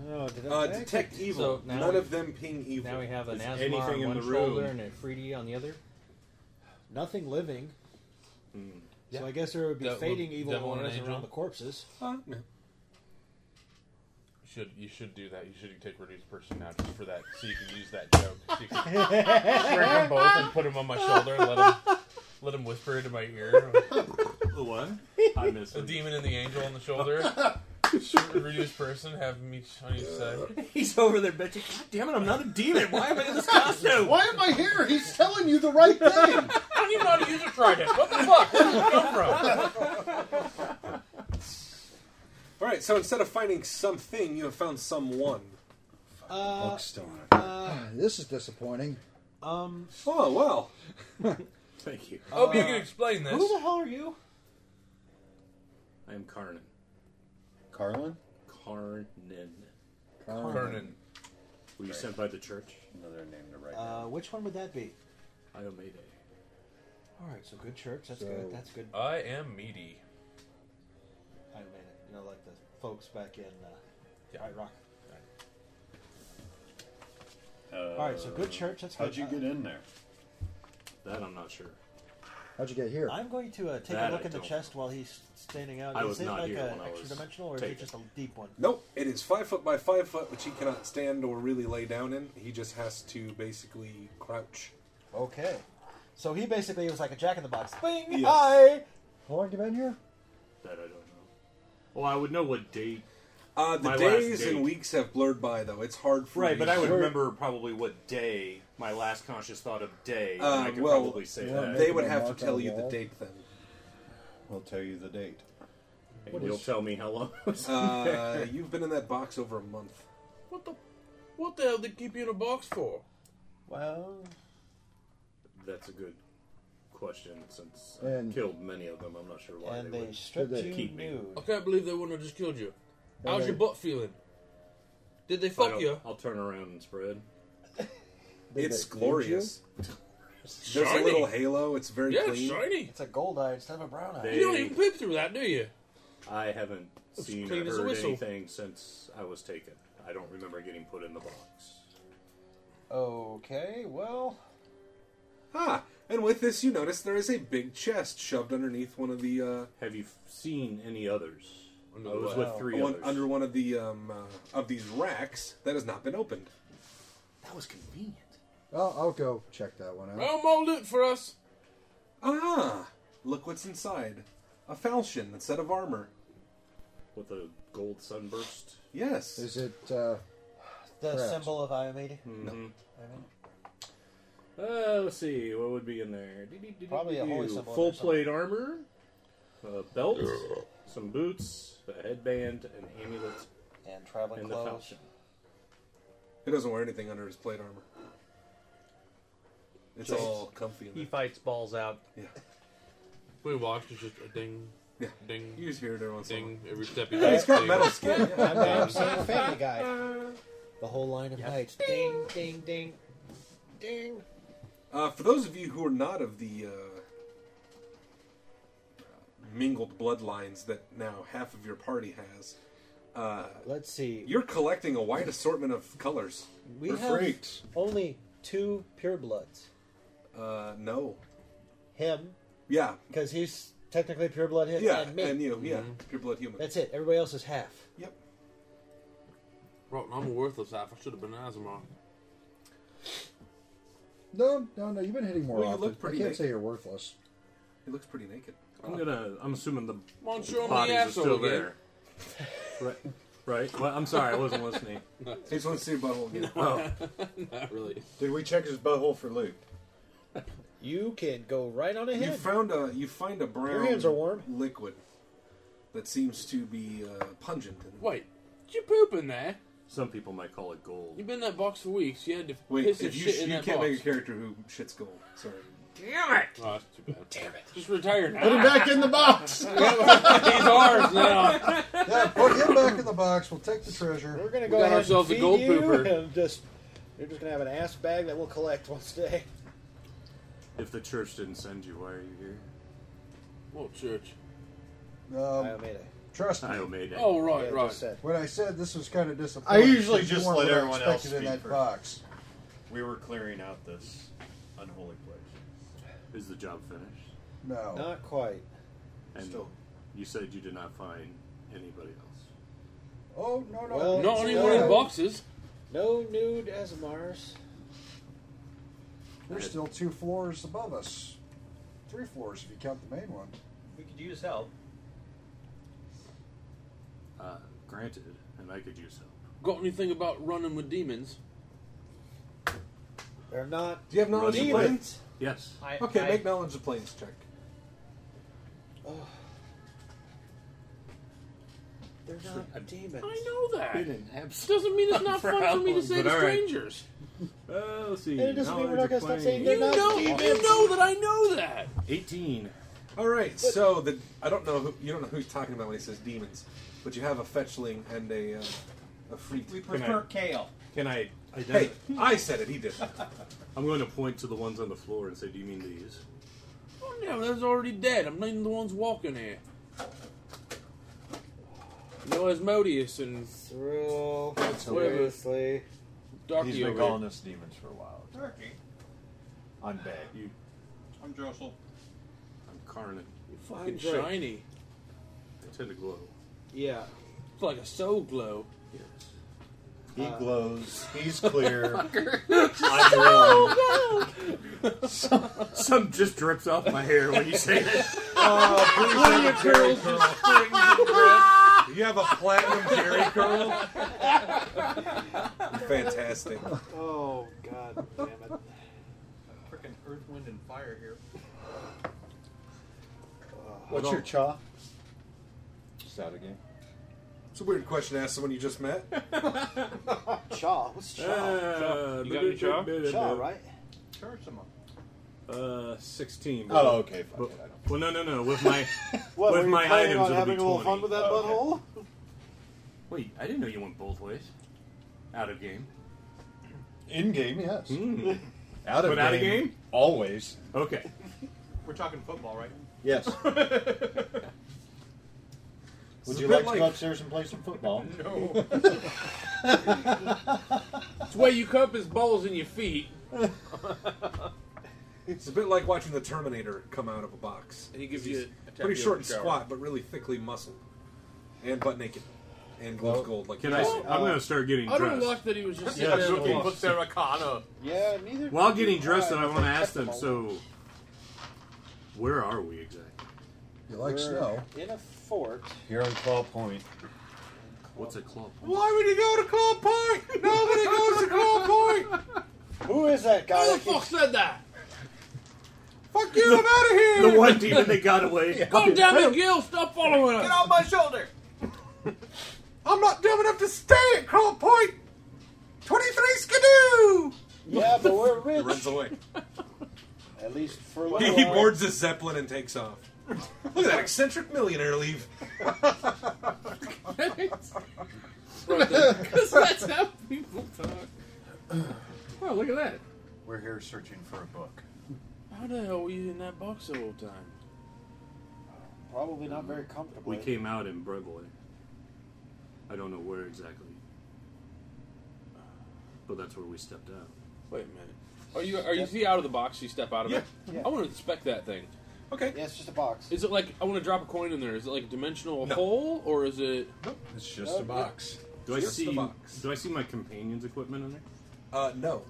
[SPEAKER 2] Oh, did I
[SPEAKER 7] Uh,
[SPEAKER 2] I
[SPEAKER 7] detect
[SPEAKER 2] could-
[SPEAKER 7] evil.
[SPEAKER 1] So now
[SPEAKER 7] None
[SPEAKER 1] we-
[SPEAKER 7] of them ping evil.
[SPEAKER 1] Now we have an
[SPEAKER 4] Is
[SPEAKER 1] Asmar
[SPEAKER 4] anything
[SPEAKER 1] on
[SPEAKER 4] in
[SPEAKER 1] one
[SPEAKER 4] the
[SPEAKER 1] shoulder
[SPEAKER 4] room?
[SPEAKER 1] and a Freedy on the other.
[SPEAKER 2] Nothing living. So I guess there would be
[SPEAKER 1] Devil-
[SPEAKER 2] fading evil
[SPEAKER 1] devil and
[SPEAKER 2] auras
[SPEAKER 1] angel.
[SPEAKER 2] around the corpses.
[SPEAKER 7] Huh? No.
[SPEAKER 1] Should you should do that? You should take reduced person now just for that, so you can use that joke. So you can shrink them both and put them on my shoulder and let them let them whisper into my ear.
[SPEAKER 4] The what? I missed
[SPEAKER 1] The
[SPEAKER 4] it.
[SPEAKER 1] demon and the angel on the shoulder. Short and reduced person, have me on each side.
[SPEAKER 2] He's over there bitching. God damn it! I'm not a demon. Why am I in this costume?
[SPEAKER 19] Why am I here? He's telling you the right thing. I
[SPEAKER 1] don't even know how to use a trident. What the fuck? Where did it come from?
[SPEAKER 7] All right, so instead of finding something, you have found someone.
[SPEAKER 11] Uh, this is disappointing.
[SPEAKER 7] Um. Oh well.
[SPEAKER 4] Thank you.
[SPEAKER 1] Hope you can explain this.
[SPEAKER 2] Who the hell are you?
[SPEAKER 4] I am Carnan.
[SPEAKER 11] Carlin?
[SPEAKER 4] Carnan.
[SPEAKER 11] Carnan. Carnan.
[SPEAKER 4] Were you sent by the church?
[SPEAKER 11] Another name to write.
[SPEAKER 2] Uh, which one would that be?
[SPEAKER 4] Iomede.
[SPEAKER 2] All right, so good church. That's
[SPEAKER 4] So-
[SPEAKER 2] good. That's good.
[SPEAKER 1] I am meaty.
[SPEAKER 2] I made it. You know, like the folks back in uh, White Rock. All right, so good church. That's
[SPEAKER 20] How'd
[SPEAKER 2] good.
[SPEAKER 20] you
[SPEAKER 2] Uh,
[SPEAKER 20] get in there?
[SPEAKER 4] That I'm not sure.
[SPEAKER 11] How'd you get here?
[SPEAKER 2] I'm going to uh, take
[SPEAKER 4] That
[SPEAKER 2] a look
[SPEAKER 4] I
[SPEAKER 2] at the
[SPEAKER 4] don't
[SPEAKER 2] chest while he's standing out.
[SPEAKER 4] I
[SPEAKER 2] is
[SPEAKER 4] was
[SPEAKER 2] it
[SPEAKER 4] not
[SPEAKER 2] like
[SPEAKER 4] here
[SPEAKER 2] a
[SPEAKER 4] when I was
[SPEAKER 2] extra dimensional, or is
[SPEAKER 4] taken.
[SPEAKER 2] it just a deep one?
[SPEAKER 7] Nope, it is five foot by five foot, which he cannot stand or really lay down in. He just has to basically crouch.
[SPEAKER 2] Okay. So he basically was like a jack in the box. Bing!
[SPEAKER 7] Yes.
[SPEAKER 2] Hi!
[SPEAKER 11] How long you been here?
[SPEAKER 4] That I don't know. Well, I would know what date.
[SPEAKER 7] Uh, the
[SPEAKER 4] my last
[SPEAKER 7] days
[SPEAKER 4] date-
[SPEAKER 7] and weeks have blurred by, though. It's hard for
[SPEAKER 4] Right,
[SPEAKER 7] me
[SPEAKER 4] but I would
[SPEAKER 7] to-
[SPEAKER 4] remember probably what day my last conscious thought of day.
[SPEAKER 7] Uh,
[SPEAKER 4] and I could
[SPEAKER 7] well,
[SPEAKER 4] probably say
[SPEAKER 7] yeah,
[SPEAKER 4] that.
[SPEAKER 7] they would have to tell you the date then.
[SPEAKER 20] We'll tell you the date.
[SPEAKER 4] And you'll tell me how long. I was in
[SPEAKER 7] Uh,
[SPEAKER 4] there.
[SPEAKER 7] you've been in that box over a month.
[SPEAKER 1] What the? What the hell did they keep you in a box for?
[SPEAKER 2] Well,
[SPEAKER 4] That's a good question. Since
[SPEAKER 11] And-
[SPEAKER 4] I killed many of them, I'm not sure why
[SPEAKER 2] And
[SPEAKER 4] they,
[SPEAKER 2] they
[SPEAKER 4] would
[SPEAKER 2] stripped Did they? you
[SPEAKER 4] keep me. Oh.
[SPEAKER 2] nude.
[SPEAKER 1] I can't believe they wouldn't have just killed you.
[SPEAKER 11] Yeah,
[SPEAKER 1] How's
[SPEAKER 11] they-
[SPEAKER 1] your butt feeling? Did they
[SPEAKER 4] If I
[SPEAKER 1] fuck
[SPEAKER 4] don't-
[SPEAKER 1] you?
[SPEAKER 4] I'll turn around and spread.
[SPEAKER 11] Did
[SPEAKER 7] it's
[SPEAKER 11] they feed
[SPEAKER 7] glorious. There's a
[SPEAKER 1] Shiny.
[SPEAKER 7] little halo. It's very
[SPEAKER 1] Yeah,
[SPEAKER 7] clean.
[SPEAKER 1] shiny.
[SPEAKER 2] It's a gold eye instead of a brown eye.
[SPEAKER 4] They-
[SPEAKER 1] You don't even peep through that, do you?
[SPEAKER 4] I haven't
[SPEAKER 1] It's
[SPEAKER 4] seen or
[SPEAKER 1] clean as a
[SPEAKER 4] heard
[SPEAKER 1] whistle.
[SPEAKER 4] anything since I was taken. I don't remember getting put in the box.
[SPEAKER 2] Okay, well.
[SPEAKER 7] Ah, and with this, you notice there is a big chest shoved underneath one of the. Uh,
[SPEAKER 4] Have you seen any others? I was
[SPEAKER 7] uh,
[SPEAKER 4] with three
[SPEAKER 7] one-
[SPEAKER 4] others.
[SPEAKER 7] under one of the um, uh, of these racks that has not been opened.
[SPEAKER 1] That was convenient.
[SPEAKER 11] Well, I'll go check that one out.
[SPEAKER 1] Well, mold it for us.
[SPEAKER 7] Ah, look what's inside: a falchion, a set of armor.
[SPEAKER 4] With a gold sunburst.
[SPEAKER 7] Yes.
[SPEAKER 11] Is it uh,
[SPEAKER 2] The
[SPEAKER 11] Correct.
[SPEAKER 2] symbol of Iomede?
[SPEAKER 4] Mhm.
[SPEAKER 2] I mean,
[SPEAKER 4] Uh, let's see, what would be in there?
[SPEAKER 2] Probably a holy symbol or
[SPEAKER 4] Full
[SPEAKER 2] something.
[SPEAKER 4] plate armor, a belt, some boots, a headband, an amulet,
[SPEAKER 2] and traveling
[SPEAKER 4] and
[SPEAKER 2] clothes.
[SPEAKER 4] the falchion.
[SPEAKER 7] He doesn't wear anything under his plate armor. It's
[SPEAKER 1] Just-
[SPEAKER 7] all comfy. In
[SPEAKER 1] He
[SPEAKER 7] there.
[SPEAKER 1] fights balls out.
[SPEAKER 7] Yeah.
[SPEAKER 1] We watch. It's just a ding, ding.
[SPEAKER 7] You just hear it every once in a
[SPEAKER 1] ding
[SPEAKER 7] while.
[SPEAKER 1] every step he
[SPEAKER 7] Yeah, he's
[SPEAKER 1] takes.
[SPEAKER 7] got metal skin.
[SPEAKER 2] I mean, I'm
[SPEAKER 1] Ding.
[SPEAKER 2] seeing Family Guy. The whole line of knights. Ding, ding, ding, ding.
[SPEAKER 7] Uh, for those of you who are not of the uh, mingled bloodlines that now half of your party has, uh,
[SPEAKER 2] Let's see.
[SPEAKER 7] you're collecting a wide assortment of colors.
[SPEAKER 2] We have only two purebloods.
[SPEAKER 7] Uh, no.
[SPEAKER 2] Him,
[SPEAKER 7] Yeah.
[SPEAKER 2] because he's technically pureblood. Him
[SPEAKER 7] Yeah,
[SPEAKER 2] and me.
[SPEAKER 7] and you, yeah, pure blood human.
[SPEAKER 2] That's it. Everybody else is half.
[SPEAKER 7] Yep.
[SPEAKER 1] Rotten, I'm a worthless half. I should have been an Azamar.
[SPEAKER 11] no, no, no? You've been hitting more
[SPEAKER 7] Well, you
[SPEAKER 11] often.
[SPEAKER 7] look
[SPEAKER 11] I
[SPEAKER 7] pretty
[SPEAKER 11] can't
[SPEAKER 7] naked.
[SPEAKER 11] say you're worthless.
[SPEAKER 7] It looks pretty naked.
[SPEAKER 4] I'm gonna. I'm assuming the
[SPEAKER 1] Why don't you show me
[SPEAKER 4] bodies
[SPEAKER 1] the
[SPEAKER 4] are
[SPEAKER 1] asshole
[SPEAKER 4] still
[SPEAKER 1] again?
[SPEAKER 4] there. right. Right. Well, I'm sorry, I wasn't listening.
[SPEAKER 7] He just wants to see your butthole again.
[SPEAKER 4] Oh,
[SPEAKER 1] Not really.
[SPEAKER 20] Did we check his butthole for loot?
[SPEAKER 2] You can go right on
[SPEAKER 7] You
[SPEAKER 2] ahead.
[SPEAKER 7] found a you find a brown
[SPEAKER 2] hands are warm.
[SPEAKER 7] liquid that seems to be uh, pungent. And
[SPEAKER 1] Wait, did you poop in there?
[SPEAKER 4] some people might call it gold.
[SPEAKER 1] You've been in that box for weeks. You had to
[SPEAKER 7] Wait,
[SPEAKER 1] piss
[SPEAKER 7] if
[SPEAKER 1] and
[SPEAKER 7] you,
[SPEAKER 1] shit in
[SPEAKER 7] you
[SPEAKER 1] that
[SPEAKER 7] can't
[SPEAKER 1] box.
[SPEAKER 7] make a character who shits gold. Sorry.
[SPEAKER 1] Damn it! Oh, that's too bad. Damn it! Just retire now.
[SPEAKER 19] Put him back in the box.
[SPEAKER 1] He's ours now.
[SPEAKER 11] yeah, put him back in the box. We'll take the treasure.
[SPEAKER 2] We're gonna
[SPEAKER 1] We
[SPEAKER 2] go
[SPEAKER 1] got
[SPEAKER 2] ahead
[SPEAKER 1] ourselves a
[SPEAKER 2] and feed
[SPEAKER 1] gold
[SPEAKER 2] you
[SPEAKER 1] pooper.
[SPEAKER 2] and just you're just gonna have an ass bag that we'll collect one day.
[SPEAKER 4] If the church didn't send you, why are you here?
[SPEAKER 1] What church?
[SPEAKER 11] Um,
[SPEAKER 2] Iomede.
[SPEAKER 11] trust me.
[SPEAKER 4] I obeyed it.
[SPEAKER 1] Oh right,
[SPEAKER 2] Yeah,
[SPEAKER 1] right.
[SPEAKER 2] just said.
[SPEAKER 11] When I said this was kind of
[SPEAKER 20] I
[SPEAKER 11] disappointing,
[SPEAKER 20] usually
[SPEAKER 11] because you
[SPEAKER 20] just
[SPEAKER 11] weren't
[SPEAKER 20] let
[SPEAKER 11] what I
[SPEAKER 20] everyone else
[SPEAKER 11] expected in
[SPEAKER 20] speak
[SPEAKER 11] that
[SPEAKER 20] first.
[SPEAKER 11] box.
[SPEAKER 20] We were clearing out this unholy place.
[SPEAKER 4] Is the job finished?
[SPEAKER 11] No.
[SPEAKER 2] Not quite.
[SPEAKER 4] And you said you did not find anybody else.
[SPEAKER 11] Oh no no.
[SPEAKER 2] Well,
[SPEAKER 1] Not
[SPEAKER 2] it's
[SPEAKER 1] only
[SPEAKER 2] no-
[SPEAKER 1] one in boxes.
[SPEAKER 2] No nude Azamars.
[SPEAKER 11] There's still two floors above us. Three floors if you count the main one.
[SPEAKER 21] We could use help.
[SPEAKER 4] Uh,
[SPEAKER 12] Granted, and I could use help.
[SPEAKER 4] Got anything about running with demons?
[SPEAKER 2] They're not.
[SPEAKER 7] Do you have knowledge of
[SPEAKER 4] Demons?
[SPEAKER 7] planes?
[SPEAKER 12] Yes.
[SPEAKER 4] I-
[SPEAKER 7] okay,
[SPEAKER 4] I-
[SPEAKER 7] make knowledge of planes check.
[SPEAKER 2] They're not demons.
[SPEAKER 4] I know that.
[SPEAKER 12] Been an abs-
[SPEAKER 4] Doesn't mean it's not
[SPEAKER 12] for
[SPEAKER 4] fun
[SPEAKER 12] how
[SPEAKER 4] for me to
[SPEAKER 12] long?
[SPEAKER 4] say to
[SPEAKER 12] But all right.
[SPEAKER 4] strangers.
[SPEAKER 12] Uh, let's see.
[SPEAKER 4] And it doesn't mean we're not
[SPEAKER 12] Knowledge of
[SPEAKER 4] gonna
[SPEAKER 12] plane.
[SPEAKER 4] stop saying they're not
[SPEAKER 7] demons.
[SPEAKER 4] You know that I know that.
[SPEAKER 12] 18.
[SPEAKER 7] All right, so the I don't know who you don't know who he's talking about when he says demons, but you have a fetchling and a uh, a freak. We
[SPEAKER 22] prefer kale.
[SPEAKER 12] Can I
[SPEAKER 7] Hey,
[SPEAKER 12] identify?
[SPEAKER 7] I said it. He did.
[SPEAKER 12] I'm going to point to the ones on the floor and say, "Do you mean these?"
[SPEAKER 4] Oh, no, that's already dead. I'm not even the ones walking here. No Asmodeus and
[SPEAKER 2] Through.
[SPEAKER 4] That's hilariously- Darky
[SPEAKER 23] He's been
[SPEAKER 4] over
[SPEAKER 23] calling
[SPEAKER 4] here.
[SPEAKER 23] us demons for a while.
[SPEAKER 22] Turkey.
[SPEAKER 23] On Bay. You
[SPEAKER 22] I'm Drossel.
[SPEAKER 12] I'm Carnan. You're
[SPEAKER 4] fucking shiny.
[SPEAKER 12] I tend to glow.
[SPEAKER 4] Yeah. It's like a soul glow.
[SPEAKER 12] Yes.
[SPEAKER 23] He glows. He's clear.
[SPEAKER 12] I'm glowing. Some just drips off my hair when you say that.
[SPEAKER 7] Oh, please don't Jerry curl. You have a platinum Jerry curl. Fantastic.
[SPEAKER 24] Oh god damn it.
[SPEAKER 22] Freaking earth, wind, and fire here.
[SPEAKER 7] What's your
[SPEAKER 11] cha?
[SPEAKER 23] Just out again.
[SPEAKER 7] It's a weird question to ask someone you just met.
[SPEAKER 2] Chaw. What's chaw?
[SPEAKER 12] Uh, You got any chaw?
[SPEAKER 2] Chaw, right?
[SPEAKER 22] Charge someone.
[SPEAKER 12] Uh, sixteen.
[SPEAKER 23] Oh, okay, fuck
[SPEAKER 12] But- Well, no, no, no. With my
[SPEAKER 2] What,
[SPEAKER 12] with
[SPEAKER 2] were you
[SPEAKER 12] my
[SPEAKER 2] planning
[SPEAKER 12] items,
[SPEAKER 2] on
[SPEAKER 12] it'll be
[SPEAKER 2] having a little
[SPEAKER 12] twenty.
[SPEAKER 2] fun with that butthole?
[SPEAKER 12] Wait, I didn't know you went both ways. Out of game.
[SPEAKER 23] In game, yes. Out of
[SPEAKER 12] But
[SPEAKER 23] game.
[SPEAKER 12] out of game?
[SPEAKER 23] Always.
[SPEAKER 12] Okay.
[SPEAKER 22] We're talking football, right?
[SPEAKER 23] Yes. Would
[SPEAKER 22] It's
[SPEAKER 23] you
[SPEAKER 22] a bit
[SPEAKER 23] like, to go
[SPEAKER 22] like-
[SPEAKER 23] upstairs and play some football?
[SPEAKER 22] No.
[SPEAKER 4] It's where you cup his balls in your feet.
[SPEAKER 7] It's a bit like watching the Terminator come out of a box.
[SPEAKER 4] And he gives
[SPEAKER 7] He's
[SPEAKER 4] you a- a tap
[SPEAKER 7] pretty
[SPEAKER 4] you
[SPEAKER 7] short
[SPEAKER 4] with
[SPEAKER 7] and
[SPEAKER 4] the shower.
[SPEAKER 7] squat, but really thickly muscled, and butt naked, and glows gold like.
[SPEAKER 12] Oh, Can
[SPEAKER 7] you
[SPEAKER 12] I?
[SPEAKER 7] said.
[SPEAKER 12] I'm gonna start getting
[SPEAKER 4] I
[SPEAKER 12] dressed.
[SPEAKER 4] don't like that he was just
[SPEAKER 12] Yeah,
[SPEAKER 4] sitting there
[SPEAKER 12] looking
[SPEAKER 4] looking.
[SPEAKER 12] for Terracotta.
[SPEAKER 2] Yeah, neither.
[SPEAKER 12] While
[SPEAKER 2] did
[SPEAKER 12] getting
[SPEAKER 2] you.
[SPEAKER 12] dressed, and I
[SPEAKER 2] Alright,
[SPEAKER 12] want to
[SPEAKER 2] okay.
[SPEAKER 12] ask them. So, where are we exactly?
[SPEAKER 11] You
[SPEAKER 2] We're In a fort.
[SPEAKER 23] Here on Claw Point.
[SPEAKER 12] What's a club?
[SPEAKER 2] Why would you go to Claw Point? Nobody goes to Claw Point. Who is that guy?
[SPEAKER 4] Who the fuck said that?
[SPEAKER 2] Fuck you! I'm out of here.
[SPEAKER 12] The one demon that got away.
[SPEAKER 4] God damn it, Gil, stop following us!
[SPEAKER 22] Get off my shoulder!
[SPEAKER 2] I'm not dumb enough to stay at Claw Point. Twenty-three skidoo. Yeah, but we're
[SPEAKER 7] He
[SPEAKER 2] rich.
[SPEAKER 7] runs away.
[SPEAKER 2] At least for a
[SPEAKER 7] He,
[SPEAKER 2] little
[SPEAKER 7] he
[SPEAKER 2] while.
[SPEAKER 7] boards his zeppelin and takes off. Look at that eccentric millionaire leave.
[SPEAKER 4] Because that's how people talk. Oh, look at that.
[SPEAKER 22] We're here searching for a book.
[SPEAKER 4] How the hell were you in that box the whole time?
[SPEAKER 2] Probably not very comfortable.
[SPEAKER 12] We came out in Brevoy. I don't know where exactly, uh, but that's where we stepped out.
[SPEAKER 4] Wait a minute. Are you are you see out of the box? You step out of it. I want to inspect that thing.
[SPEAKER 7] Okay.
[SPEAKER 2] Yeah, it's just a box.
[SPEAKER 4] Is it like I want to drop a coin in there? Is it like a dimensional hole or is it?
[SPEAKER 7] It's
[SPEAKER 12] just a box. Do I
[SPEAKER 7] Just the
[SPEAKER 12] see?
[SPEAKER 7] box.
[SPEAKER 12] Do I see my companion's equipment in there?
[SPEAKER 7] Uh, no,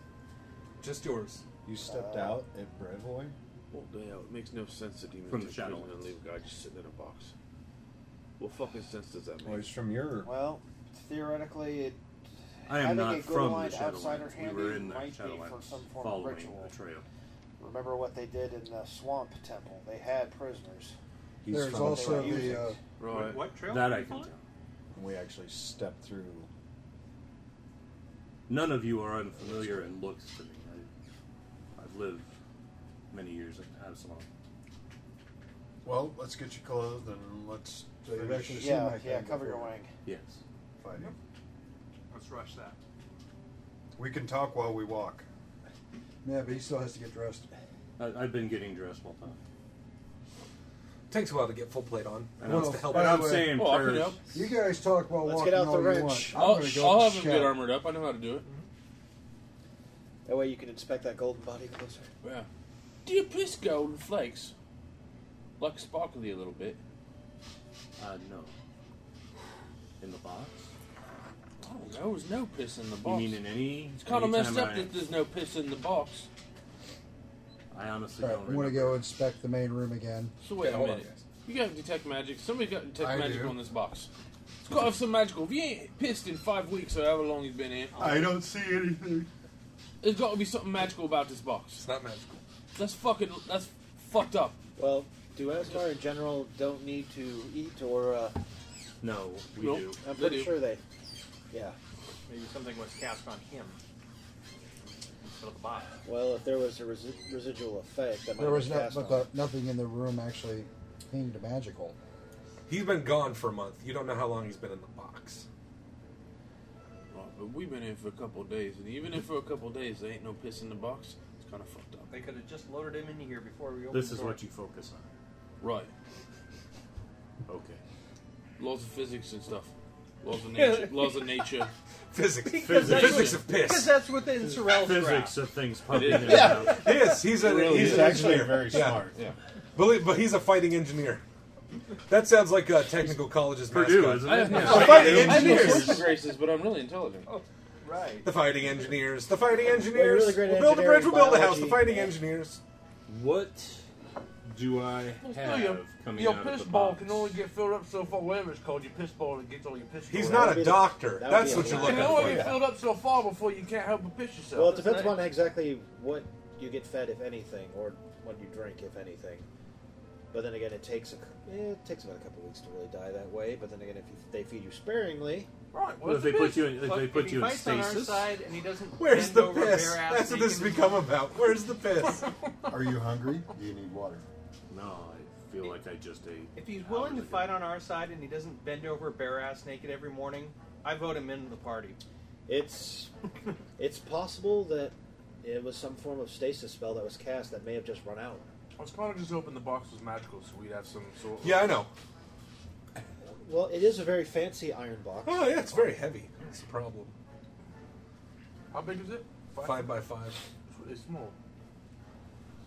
[SPEAKER 7] just yours.
[SPEAKER 23] You stepped out at Brevoy?
[SPEAKER 4] Well, the hell, it makes no sense that demon
[SPEAKER 12] From
[SPEAKER 4] takes
[SPEAKER 12] the shadow
[SPEAKER 4] prison and leave a guy just sitting in a box. What fucking sense does that make?
[SPEAKER 23] Well, he's from your.
[SPEAKER 2] Well, theoretically, it.
[SPEAKER 12] I am
[SPEAKER 2] having
[SPEAKER 12] not
[SPEAKER 2] a good
[SPEAKER 12] from
[SPEAKER 2] aligned
[SPEAKER 12] the
[SPEAKER 2] outsider
[SPEAKER 12] Shadowlands. We
[SPEAKER 2] handy
[SPEAKER 12] were in the
[SPEAKER 2] might be
[SPEAKER 12] Shadowlands,
[SPEAKER 2] for some form of
[SPEAKER 12] following
[SPEAKER 2] ritual.
[SPEAKER 12] the trail.
[SPEAKER 2] Remember what they did in the swamp temple? They had prisoners.
[SPEAKER 23] He's There's from the also
[SPEAKER 2] They were
[SPEAKER 23] the,
[SPEAKER 2] using-
[SPEAKER 23] uh,
[SPEAKER 12] Right.
[SPEAKER 22] What trail?
[SPEAKER 12] That
[SPEAKER 22] were
[SPEAKER 12] I
[SPEAKER 22] you
[SPEAKER 12] can
[SPEAKER 22] on?
[SPEAKER 12] tell.
[SPEAKER 23] We actually stepped through.
[SPEAKER 12] None of you are unfamiliar in looks to me. I, I've lived many years in Absalom.
[SPEAKER 24] Well, let's get you clothed and let's.
[SPEAKER 11] We've actually seen
[SPEAKER 2] yeah,
[SPEAKER 11] that
[SPEAKER 2] yeah,
[SPEAKER 11] guy
[SPEAKER 2] cover your
[SPEAKER 11] before.
[SPEAKER 2] wang.
[SPEAKER 12] Yes.
[SPEAKER 24] Fighting.
[SPEAKER 22] Let's rush that.
[SPEAKER 24] We can talk while we walk.
[SPEAKER 11] Yeah, but he still has to get dressed.
[SPEAKER 12] I, I've been getting dressed all time.
[SPEAKER 7] Takes a while to get full plate on. Who
[SPEAKER 12] And
[SPEAKER 7] wants
[SPEAKER 12] I'm-
[SPEAKER 7] to help?
[SPEAKER 12] and
[SPEAKER 7] out?
[SPEAKER 12] I'm saying Oh, I can prayers. help.
[SPEAKER 11] You guys talk while
[SPEAKER 2] Let's
[SPEAKER 11] walking
[SPEAKER 2] get out
[SPEAKER 11] all
[SPEAKER 2] the
[SPEAKER 11] you
[SPEAKER 2] wrench.
[SPEAKER 11] want.
[SPEAKER 2] Oh.
[SPEAKER 4] I'll,
[SPEAKER 11] I'm gonna go
[SPEAKER 4] I'll have him
[SPEAKER 11] shout.
[SPEAKER 4] get armored up. I know how to do it.
[SPEAKER 2] That way you can inspect that golden body closer.
[SPEAKER 4] Yeah. Do you piss golden flakes? Like sparkly a little bit.
[SPEAKER 12] Uh, no. In the box?
[SPEAKER 4] Oh, there was no piss in the box.
[SPEAKER 12] You mean in any?
[SPEAKER 4] It's kind of messed
[SPEAKER 12] anytime
[SPEAKER 4] up
[SPEAKER 12] I,
[SPEAKER 4] that there's no piss in the box.
[SPEAKER 12] I honestly
[SPEAKER 11] All right,
[SPEAKER 12] don't
[SPEAKER 11] I'm going
[SPEAKER 12] remember.
[SPEAKER 11] to go inspect the main room again.
[SPEAKER 4] So wait
[SPEAKER 7] Yeah,
[SPEAKER 4] a
[SPEAKER 7] hold on,
[SPEAKER 4] minute. you got detect magic. Somebody got detect
[SPEAKER 11] I
[SPEAKER 4] magic
[SPEAKER 11] do.
[SPEAKER 4] on this box. It's got to have some magical. If you ain't pissed in five weeks or however long you've been in,
[SPEAKER 8] I don't see anything.
[SPEAKER 4] There's got to be something magical about this box. It's
[SPEAKER 7] not magical.
[SPEAKER 4] That's fucking. That's fucked up.
[SPEAKER 2] Well, do Asmar in general don't need to eat or? Uh,
[SPEAKER 25] No, we
[SPEAKER 2] Nope.
[SPEAKER 25] do.
[SPEAKER 2] I'm pretty sure they. Yeah.
[SPEAKER 26] Maybe something was cast on him. Instead of the bot.
[SPEAKER 2] Well, if there was a resi- residual effect, that might
[SPEAKER 11] There was
[SPEAKER 2] be
[SPEAKER 11] no,
[SPEAKER 2] cast
[SPEAKER 11] but
[SPEAKER 2] on.
[SPEAKER 11] the, nothing in the room actually painted to magical.
[SPEAKER 7] He's been gone for a month. You don't know how long he's been in the box.
[SPEAKER 4] Right, but we've been in for a couple of days, and even if for a couple of days there ain't no piss in the box, it's kind of fucked up.
[SPEAKER 26] They could have just loaded him in here before we opened
[SPEAKER 5] This
[SPEAKER 26] the
[SPEAKER 5] is
[SPEAKER 26] door.
[SPEAKER 5] what you focus on.
[SPEAKER 4] Right.
[SPEAKER 5] Okay.
[SPEAKER 4] Laws of physics and stuff. Laws of nature. laws of nature.
[SPEAKER 7] Physics.
[SPEAKER 5] Because that's Physics what- of piss.
[SPEAKER 26] Because that's within Sorrel's
[SPEAKER 5] Physics
[SPEAKER 26] grasp.
[SPEAKER 5] of things
[SPEAKER 7] It
[SPEAKER 5] popping
[SPEAKER 7] is.
[SPEAKER 5] in and
[SPEAKER 7] yeah,
[SPEAKER 5] out.
[SPEAKER 7] he is. He's, a,
[SPEAKER 5] It really
[SPEAKER 7] he's,
[SPEAKER 5] is.
[SPEAKER 7] an
[SPEAKER 5] actually
[SPEAKER 7] engineer.
[SPEAKER 5] very
[SPEAKER 7] Yeah.
[SPEAKER 5] smart. Yeah.
[SPEAKER 7] Believe, but he's a fighting engineer. That sounds like a technical college's
[SPEAKER 5] Purdue,
[SPEAKER 7] mascot.
[SPEAKER 5] isn't
[SPEAKER 4] I have no
[SPEAKER 7] The fighting
[SPEAKER 4] I have no
[SPEAKER 7] engineers.
[SPEAKER 4] social graces, but I'm really intelligent.
[SPEAKER 26] right.
[SPEAKER 7] The fighting engineers. The fighting
[SPEAKER 4] We're
[SPEAKER 7] engineers.
[SPEAKER 4] really great
[SPEAKER 7] we'll build a bridge.
[SPEAKER 4] engineering,
[SPEAKER 7] We'll build a house.
[SPEAKER 4] biology.
[SPEAKER 7] The fighting engineers.
[SPEAKER 25] What do I
[SPEAKER 4] No,
[SPEAKER 25] have
[SPEAKER 4] your,
[SPEAKER 25] coming
[SPEAKER 4] your
[SPEAKER 25] out
[SPEAKER 4] piss
[SPEAKER 25] of the
[SPEAKER 4] ball
[SPEAKER 25] box?
[SPEAKER 4] can only get filled up so far. Whatever it's called, your piss ball that gets all your piss.
[SPEAKER 7] He's
[SPEAKER 4] all
[SPEAKER 7] not
[SPEAKER 4] out.
[SPEAKER 7] a doctor.
[SPEAKER 2] that would
[SPEAKER 7] That's
[SPEAKER 2] be
[SPEAKER 7] what
[SPEAKER 2] a
[SPEAKER 7] you're
[SPEAKER 2] lie.
[SPEAKER 7] looking
[SPEAKER 4] It can only
[SPEAKER 7] for.
[SPEAKER 4] get filled up so far before you can't help but piss yourself.
[SPEAKER 2] Well, it depends
[SPEAKER 4] Isn't
[SPEAKER 2] upon exactly what you get fed, if anything, or what you drink, if anything. But then again, it takes a, yeah, it takes about a couple weeks to really die that way. But then again, if you, they feed you sparingly,
[SPEAKER 4] right?
[SPEAKER 5] Well, if they put you in, if they put
[SPEAKER 26] if
[SPEAKER 5] you
[SPEAKER 26] he
[SPEAKER 5] in
[SPEAKER 26] fights on our
[SPEAKER 5] stasis,
[SPEAKER 26] side and he doesn't
[SPEAKER 7] Where's
[SPEAKER 26] bend
[SPEAKER 7] the
[SPEAKER 26] over,
[SPEAKER 7] piss?
[SPEAKER 26] bare ass,
[SPEAKER 7] That's
[SPEAKER 26] and
[SPEAKER 7] what
[SPEAKER 26] he
[SPEAKER 7] this has
[SPEAKER 26] can-
[SPEAKER 7] become about. Where's the piss?
[SPEAKER 11] Are you hungry? Do you need water?
[SPEAKER 5] no, I feel like I just ate.
[SPEAKER 26] If he's willing to fight on our side and he doesn't bend over bare ass naked every morning, I vote him into the party.
[SPEAKER 2] it's it's possible that it was some form of stasis spell that was cast that may have just run out.
[SPEAKER 4] I was kind of just hoping the box was magical, so we'd have some sort. of...
[SPEAKER 7] Yeah, I know.
[SPEAKER 2] Well, it is a very fancy iron box.
[SPEAKER 7] Oh yeah, it's very heavy. That's the problem.
[SPEAKER 4] How big is it?
[SPEAKER 7] Five by five.
[SPEAKER 4] It's small.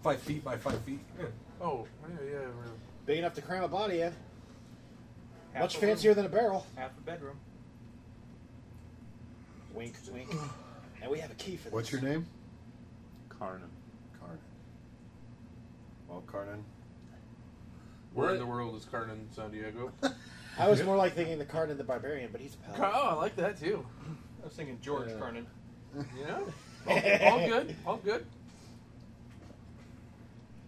[SPEAKER 7] Five feet by five feet. Yeah.
[SPEAKER 4] Oh, yeah, yeah. yeah.
[SPEAKER 2] Big enough to cram a body in.
[SPEAKER 26] Half
[SPEAKER 2] Much
[SPEAKER 26] a room.
[SPEAKER 2] fancier than a barrel.
[SPEAKER 26] Half a bedroom.
[SPEAKER 2] Wink, wink. And we have a key for this.
[SPEAKER 11] What's your name?
[SPEAKER 5] Carnum.
[SPEAKER 11] Carn. Well, Carnan.
[SPEAKER 1] Where in the world is Carnan San Diego?
[SPEAKER 2] I was more like thinking the Carnan the Barbarian, but he's a
[SPEAKER 4] Car-
[SPEAKER 2] paladin.
[SPEAKER 4] oh, I like that too.
[SPEAKER 26] I was thinking George
[SPEAKER 2] Yeah.
[SPEAKER 26] Carnan.
[SPEAKER 4] You know, all, all good, all good.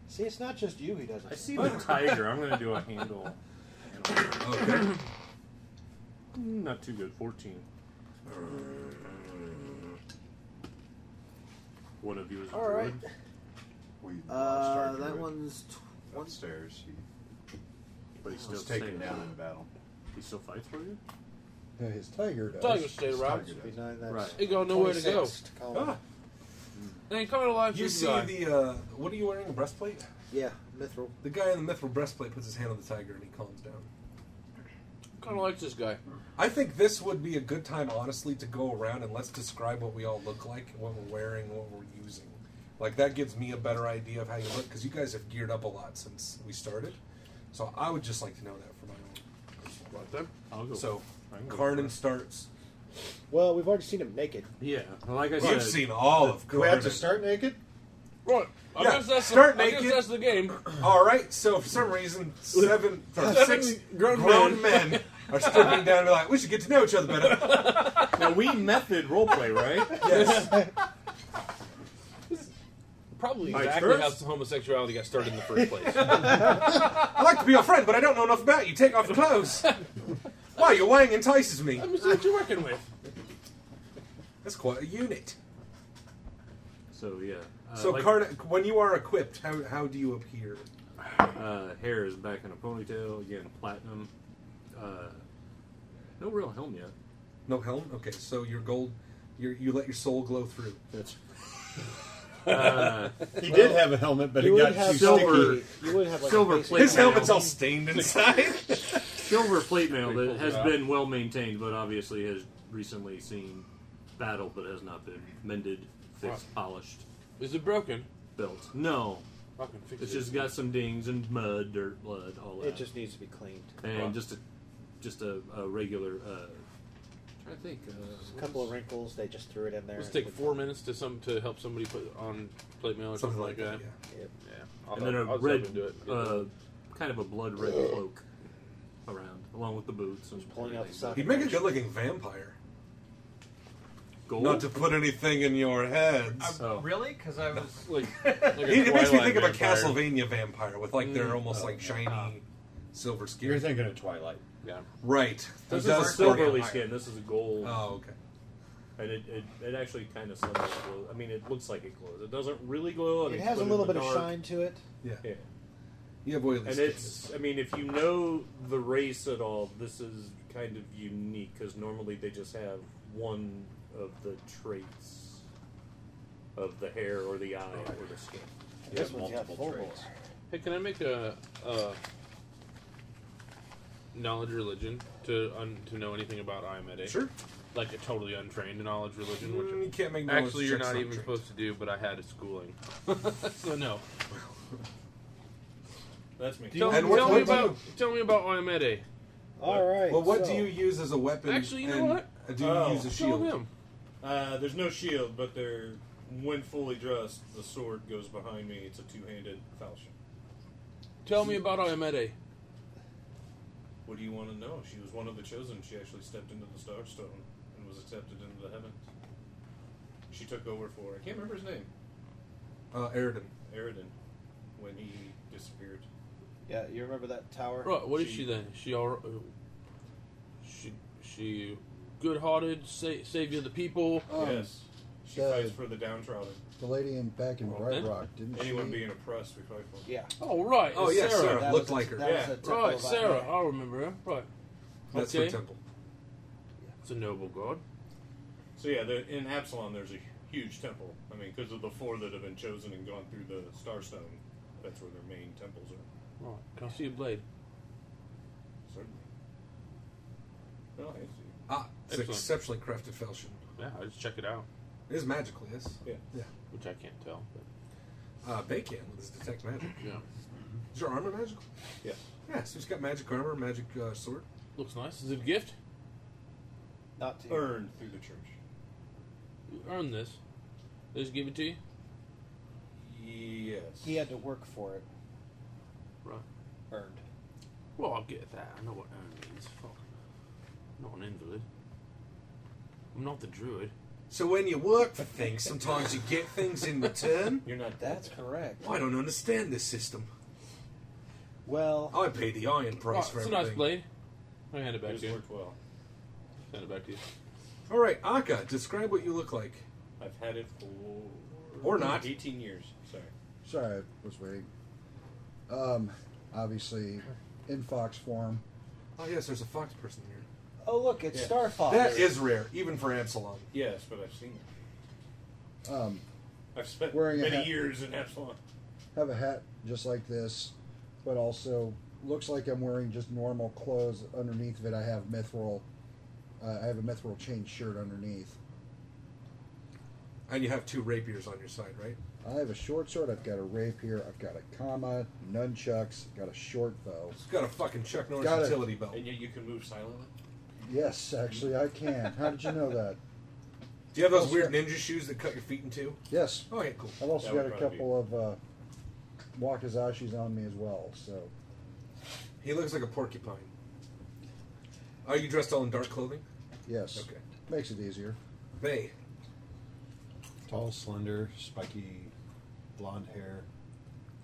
[SPEAKER 2] See, it's not just you he doesn't.
[SPEAKER 5] I see the tiger. I'm going to do a handle. handle. Not too good. 14. One of you is a
[SPEAKER 2] All right.
[SPEAKER 5] druid.
[SPEAKER 8] We
[SPEAKER 2] Uh, that one's
[SPEAKER 8] upstairs. He
[SPEAKER 5] But he still
[SPEAKER 8] was taken
[SPEAKER 5] stays.
[SPEAKER 8] down in battle.
[SPEAKER 5] He still fights for you?
[SPEAKER 11] No, his tiger does.
[SPEAKER 4] Tiger stay around.
[SPEAKER 5] Right.
[SPEAKER 4] It got nowhere to go.
[SPEAKER 2] 26 to Colin.
[SPEAKER 7] Ah.
[SPEAKER 4] They ain't coming alive.
[SPEAKER 7] You
[SPEAKER 4] this
[SPEAKER 7] see
[SPEAKER 4] guy.
[SPEAKER 7] the uh, what are you wearing? A breastplate?
[SPEAKER 2] Yeah, mithril.
[SPEAKER 7] The guy in the mithril breastplate puts his hand on the tiger and he calms down.
[SPEAKER 4] kind of like this guy.
[SPEAKER 7] I think this would be a good time, honestly, to go around and let's describe what we all look like, what we're wearing, what we're using. Like that gives me a better idea of how you look because you guys have geared up a lot since we started. So I would just like to know that for my own.
[SPEAKER 4] Right then.
[SPEAKER 5] I'll go.
[SPEAKER 7] So
[SPEAKER 5] I can go
[SPEAKER 7] Carnan
[SPEAKER 5] first.
[SPEAKER 7] starts.
[SPEAKER 2] Well, we've already seen him naked.
[SPEAKER 5] Yeah. Like I
[SPEAKER 7] You've
[SPEAKER 5] said.
[SPEAKER 7] seen all of
[SPEAKER 8] Do we have
[SPEAKER 7] Carnan.
[SPEAKER 8] to start naked?
[SPEAKER 4] Right. I
[SPEAKER 7] Yeah,
[SPEAKER 4] guess that's
[SPEAKER 7] start
[SPEAKER 4] the, I guess
[SPEAKER 7] naked.
[SPEAKER 4] that's the game.
[SPEAKER 7] All right. So for some reason, seven or
[SPEAKER 4] Seven
[SPEAKER 7] six
[SPEAKER 4] grown
[SPEAKER 7] grown, men. are stripping down. and Like we should get to know each other better.
[SPEAKER 5] Now, we method roleplay, right?
[SPEAKER 7] Yes.
[SPEAKER 4] Probably
[SPEAKER 5] My
[SPEAKER 4] exactly
[SPEAKER 5] first-
[SPEAKER 4] how homosexuality got started in the first place.
[SPEAKER 7] I like to be your friend, but I don't know enough about you. Take off your clothes. wow, your wang entices me.
[SPEAKER 4] Let me see what you're working with.
[SPEAKER 7] That's quite a unit.
[SPEAKER 5] So, yeah. Uh,
[SPEAKER 7] so
[SPEAKER 5] like,
[SPEAKER 7] Karna, when you are equipped, how how do you appear?
[SPEAKER 5] Uh, hair is back in a ponytail. Again, platinum. Uh, no real helm yet.
[SPEAKER 7] No helm. Okay, so your gold, your, you let your soul glow through.
[SPEAKER 5] That's
[SPEAKER 8] He did have a helmet, but
[SPEAKER 2] You
[SPEAKER 8] it got
[SPEAKER 2] would have
[SPEAKER 8] too
[SPEAKER 5] silver.
[SPEAKER 8] silver.
[SPEAKER 2] sticky- You would have like
[SPEAKER 5] Silver
[SPEAKER 2] a basic-
[SPEAKER 5] plate.
[SPEAKER 7] His helmet's all stained inside.
[SPEAKER 5] silver plate mail that has been well maintained, but obviously has recently seen battle, but has not been mended, fixed, polished,
[SPEAKER 4] Is it broken?
[SPEAKER 5] built. No,
[SPEAKER 4] I can fix
[SPEAKER 5] it's
[SPEAKER 4] it.
[SPEAKER 5] just got some dings and mud, dirt, blood, all that.
[SPEAKER 2] It just needs to be cleaned.
[SPEAKER 5] and
[SPEAKER 4] Right.
[SPEAKER 5] just a just a, a regular. Uh, I think. Uh,
[SPEAKER 2] A couple of wrinkles, they just threw it in there.
[SPEAKER 4] Let's take four minutes to some to help somebody put on plate mail or something, like that.
[SPEAKER 2] Yep.
[SPEAKER 4] Yeah. I'll
[SPEAKER 5] and then
[SPEAKER 4] help-
[SPEAKER 5] a
[SPEAKER 4] I'll just help
[SPEAKER 5] red,
[SPEAKER 4] him do it.
[SPEAKER 5] uh, kind of a blood red cloak around.
[SPEAKER 27] along with the boots. And
[SPEAKER 2] pulling out the socket.
[SPEAKER 7] He'd make a good-looking vampire.
[SPEAKER 27] Gold?
[SPEAKER 7] Not to put anything in your heads.
[SPEAKER 28] I-
[SPEAKER 5] Oh.
[SPEAKER 28] Really? Because I was
[SPEAKER 7] it makes me think of a Castlevania vampire with like they're
[SPEAKER 28] Mm.
[SPEAKER 7] almost
[SPEAKER 28] Oh,
[SPEAKER 7] like shiny silver skin.
[SPEAKER 28] You're thinking
[SPEAKER 7] of Twilight,
[SPEAKER 29] yeah.
[SPEAKER 7] Right. He
[SPEAKER 27] This is a
[SPEAKER 7] does
[SPEAKER 27] silverly
[SPEAKER 7] vampire.
[SPEAKER 27] skin. This is a gold.
[SPEAKER 7] Oh, okay.
[SPEAKER 27] And it, it, it actually kind of somewhat glows. I mean, it looks like it glows. It doesn't really glow. I mean,
[SPEAKER 2] It
[SPEAKER 27] it's
[SPEAKER 2] has a
[SPEAKER 27] put in
[SPEAKER 2] little
[SPEAKER 27] the
[SPEAKER 2] bit of
[SPEAKER 27] dark.
[SPEAKER 2] shine to it.
[SPEAKER 7] Yeah.
[SPEAKER 27] yeah.
[SPEAKER 7] You have oily
[SPEAKER 27] and
[SPEAKER 7] skin.
[SPEAKER 27] it's, I mean, if you know the race at all, this is kind of unique because normally they just have one of the traits of the hair or the eye or the skin.
[SPEAKER 2] This one's got full bore.
[SPEAKER 4] Hey, can I make a, a knowledge religion to un, to know anything about IMED?
[SPEAKER 7] Sure.
[SPEAKER 4] Like a totally untrained knowledge religion, which
[SPEAKER 7] Mm, you can't make knowledge
[SPEAKER 4] actually you're
[SPEAKER 7] checks
[SPEAKER 4] not even
[SPEAKER 7] untrained.
[SPEAKER 4] supposed to do. But I had a schooling, so no.
[SPEAKER 27] That's me.
[SPEAKER 4] Tell,
[SPEAKER 7] And what-
[SPEAKER 4] tell
[SPEAKER 7] what
[SPEAKER 4] me
[SPEAKER 7] do
[SPEAKER 4] about
[SPEAKER 7] you-
[SPEAKER 4] tell me about IMED.
[SPEAKER 2] All right.
[SPEAKER 7] Well, what
[SPEAKER 2] so-
[SPEAKER 7] do you use as a weapon?
[SPEAKER 4] Actually, you know
[SPEAKER 7] and uh,
[SPEAKER 4] what?
[SPEAKER 7] Do you
[SPEAKER 1] Oh.
[SPEAKER 7] use a
[SPEAKER 1] Tell
[SPEAKER 7] shield?
[SPEAKER 1] them. Uh, there's no shield, but they're when fully dressed, the sword goes behind me. It's a two-handed falchion.
[SPEAKER 4] Tell me about IMED.
[SPEAKER 1] What do you want to know? She was one of the chosen. She actually stepped into the Starstone and was accepted into the heavens. She took over for I can't remember his name,
[SPEAKER 7] Uh, Eridan.
[SPEAKER 1] Eridan, when he disappeared.
[SPEAKER 2] Yeah, you remember that tower?
[SPEAKER 4] Right, what is she then? She all uh, she she good-hearted, sa- savior of the people.
[SPEAKER 7] Oh.
[SPEAKER 1] yes, she
[SPEAKER 30] the-
[SPEAKER 1] fights for the downtrodden.
[SPEAKER 30] The lady in back in Bright
[SPEAKER 4] then.
[SPEAKER 30] Rock, didn't
[SPEAKER 1] Anyone
[SPEAKER 30] she?
[SPEAKER 1] being oppressed, we fight for.
[SPEAKER 2] Yeah.
[SPEAKER 4] Oh right.
[SPEAKER 7] Oh,
[SPEAKER 4] it's
[SPEAKER 7] yeah,
[SPEAKER 4] Sarah.
[SPEAKER 7] Sarah. That Looked was a- like her. that was
[SPEAKER 4] Yeah.
[SPEAKER 7] a temple
[SPEAKER 4] Right,
[SPEAKER 7] of
[SPEAKER 4] Sarah.
[SPEAKER 1] uh,
[SPEAKER 7] Akhmet.
[SPEAKER 4] I remember her. Right.
[SPEAKER 7] That's
[SPEAKER 4] okay.
[SPEAKER 7] her temple.
[SPEAKER 4] It's a noble god.
[SPEAKER 1] So yeah, there, in Absalom, there's a huge temple. I mean, because of the four that have been chosen and gone through the Starstone, that's where their main temples are.
[SPEAKER 4] Right. Can I see a blade?
[SPEAKER 1] Certainly. Oh, I see.
[SPEAKER 7] Ah, it's an
[SPEAKER 4] Excellent.
[SPEAKER 7] exceptionally crafted falchion.
[SPEAKER 4] Yeah, I just check it out.
[SPEAKER 7] It is magical, yes.
[SPEAKER 1] Yeah.
[SPEAKER 7] Yeah.
[SPEAKER 4] Which I can't tell.
[SPEAKER 7] Uh, they can with his detect magic.
[SPEAKER 4] Yeah.
[SPEAKER 7] Is your armor magical?
[SPEAKER 1] Yes.
[SPEAKER 7] Yeah, so he's got magic armor, magic uh, sword.
[SPEAKER 4] Looks nice. Is it a gift?
[SPEAKER 2] Not to
[SPEAKER 1] Earned through the church.
[SPEAKER 4] You earned this. They just give it to you.
[SPEAKER 1] Yes.
[SPEAKER 2] He had to work for it.
[SPEAKER 4] Right.
[SPEAKER 2] Earned.
[SPEAKER 4] Well, I get that. I know what earned means. Fuck. I'm not an invalid. I'm not the druid.
[SPEAKER 7] So when you work for things, sometimes you get things in return.
[SPEAKER 1] You're not
[SPEAKER 2] That's correct.
[SPEAKER 7] I don't understand this system.
[SPEAKER 2] Well,
[SPEAKER 7] I pay the iron
[SPEAKER 4] Right,
[SPEAKER 7] price for
[SPEAKER 4] it's a
[SPEAKER 7] everything.
[SPEAKER 4] nice blade. I hand it back
[SPEAKER 1] It's
[SPEAKER 4] to you.
[SPEAKER 1] worked well.
[SPEAKER 4] Hand it back to you.
[SPEAKER 7] All right, Akka, describe what you look like.
[SPEAKER 1] I've had it for
[SPEAKER 7] Or not.
[SPEAKER 1] 18 years. Sorry.
[SPEAKER 30] Sorry, I was waiting. Um, obviously, in fox form.
[SPEAKER 7] Oh yes, there's a fox person here.
[SPEAKER 2] Oh, look, it's
[SPEAKER 1] Yeah.
[SPEAKER 2] Starfather.
[SPEAKER 7] That is rare, even for Absalom.
[SPEAKER 1] Yes, but I've seen it.
[SPEAKER 30] Um,
[SPEAKER 1] I've spent
[SPEAKER 30] Wearing a
[SPEAKER 1] many
[SPEAKER 30] hat.
[SPEAKER 1] years in Absalom.
[SPEAKER 30] have a hat just like this, but also looks like I'm wearing just normal clothes. Underneath of it, I have mithril. Uh, I have a mithril chain shirt underneath.
[SPEAKER 7] And you have two rapiers on your side, right?
[SPEAKER 30] I have a short sword. I've got a rapier. I've got a kama, nunchucks. Got a short bow.
[SPEAKER 7] It's got a fucking Chuck Norris
[SPEAKER 30] Got it.
[SPEAKER 7] utility belt.
[SPEAKER 1] And yet you can move silently?
[SPEAKER 30] Yes, actually, I can. How did you know that?
[SPEAKER 7] Do you have those weird ninja shoes that cut your feet in two?
[SPEAKER 30] Oh, Yes.
[SPEAKER 7] Oh yeah, cool.
[SPEAKER 30] I've also
[SPEAKER 7] That would
[SPEAKER 30] got a
[SPEAKER 7] probably
[SPEAKER 30] couple of uh, wakazashis on me as well. So
[SPEAKER 7] be- He looks like a porcupine. Are you dressed all in dark clothing?
[SPEAKER 30] yes,
[SPEAKER 7] Okay.
[SPEAKER 30] makes it easier.
[SPEAKER 7] Bay.
[SPEAKER 11] Tall, slender, spiky, blonde hair,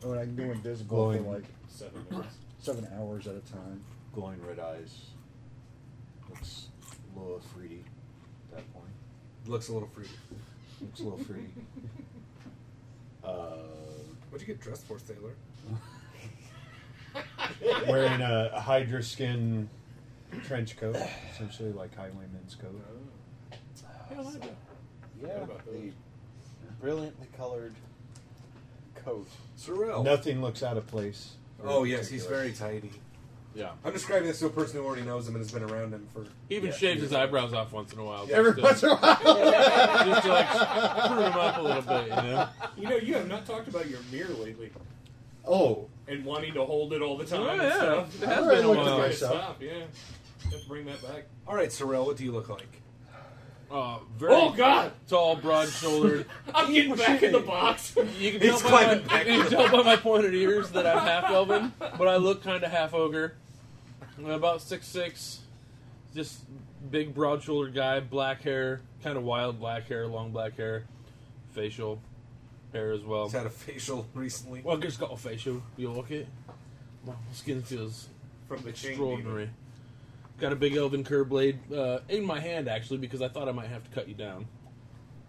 [SPEAKER 30] Oh, and I can go invisible
[SPEAKER 11] Glowing.
[SPEAKER 30] for like
[SPEAKER 1] Seven minutes.
[SPEAKER 30] seven hours at a time.
[SPEAKER 11] glowing red eyes. Looks a little fruity at that point.
[SPEAKER 7] Looks a little fruity.
[SPEAKER 11] Looks a little fruity.
[SPEAKER 7] Um,
[SPEAKER 11] Uh,
[SPEAKER 7] What'd you get dressed for, Thaler?
[SPEAKER 11] wearing a, a Hydra skin trench coat, essentially like Highwayman's coat.
[SPEAKER 2] Yeah, the brilliantly colored coat.
[SPEAKER 7] Sorrel.
[SPEAKER 11] Nothing looks out of place.
[SPEAKER 7] Oh yes, he's very tidy.
[SPEAKER 4] Yeah.
[SPEAKER 7] I'm describing this to a person who already knows him and has been around him for.
[SPEAKER 4] He even shaves his eyebrows off once in a while.
[SPEAKER 7] Every
[SPEAKER 4] just to-
[SPEAKER 7] once in a while.
[SPEAKER 4] just to like screw him up a little bit, you know?
[SPEAKER 1] You know, you have not talked about your mirror lately
[SPEAKER 11] Oh,
[SPEAKER 1] and wanting to hold it all the time.
[SPEAKER 4] Oh,
[SPEAKER 1] and
[SPEAKER 4] yeah.
[SPEAKER 1] stuff.
[SPEAKER 4] It has I've been a looked at while. myself.
[SPEAKER 1] Stop, yeah. Have to bring that back.
[SPEAKER 7] All right, Sorrel, what do you look like?
[SPEAKER 4] Uh, very
[SPEAKER 1] Oh, God!
[SPEAKER 4] Tall, broad-shouldered.
[SPEAKER 1] I'm getting back in the box.
[SPEAKER 4] You can tell, by my, you can tell by my pointed ears that I'm half elven, but I look kind of half ogre. About six six, just big, broad-shouldered guy, black hair, kind of wild black hair, long black hair, facial hair as well.
[SPEAKER 7] He's had a facial recently.
[SPEAKER 4] Well, he's got a facial. You look it. My skin feels
[SPEAKER 25] From the chain
[SPEAKER 4] extraordinary. Got a big elven curb blade uh, in my hand actually because I thought I might have to cut you down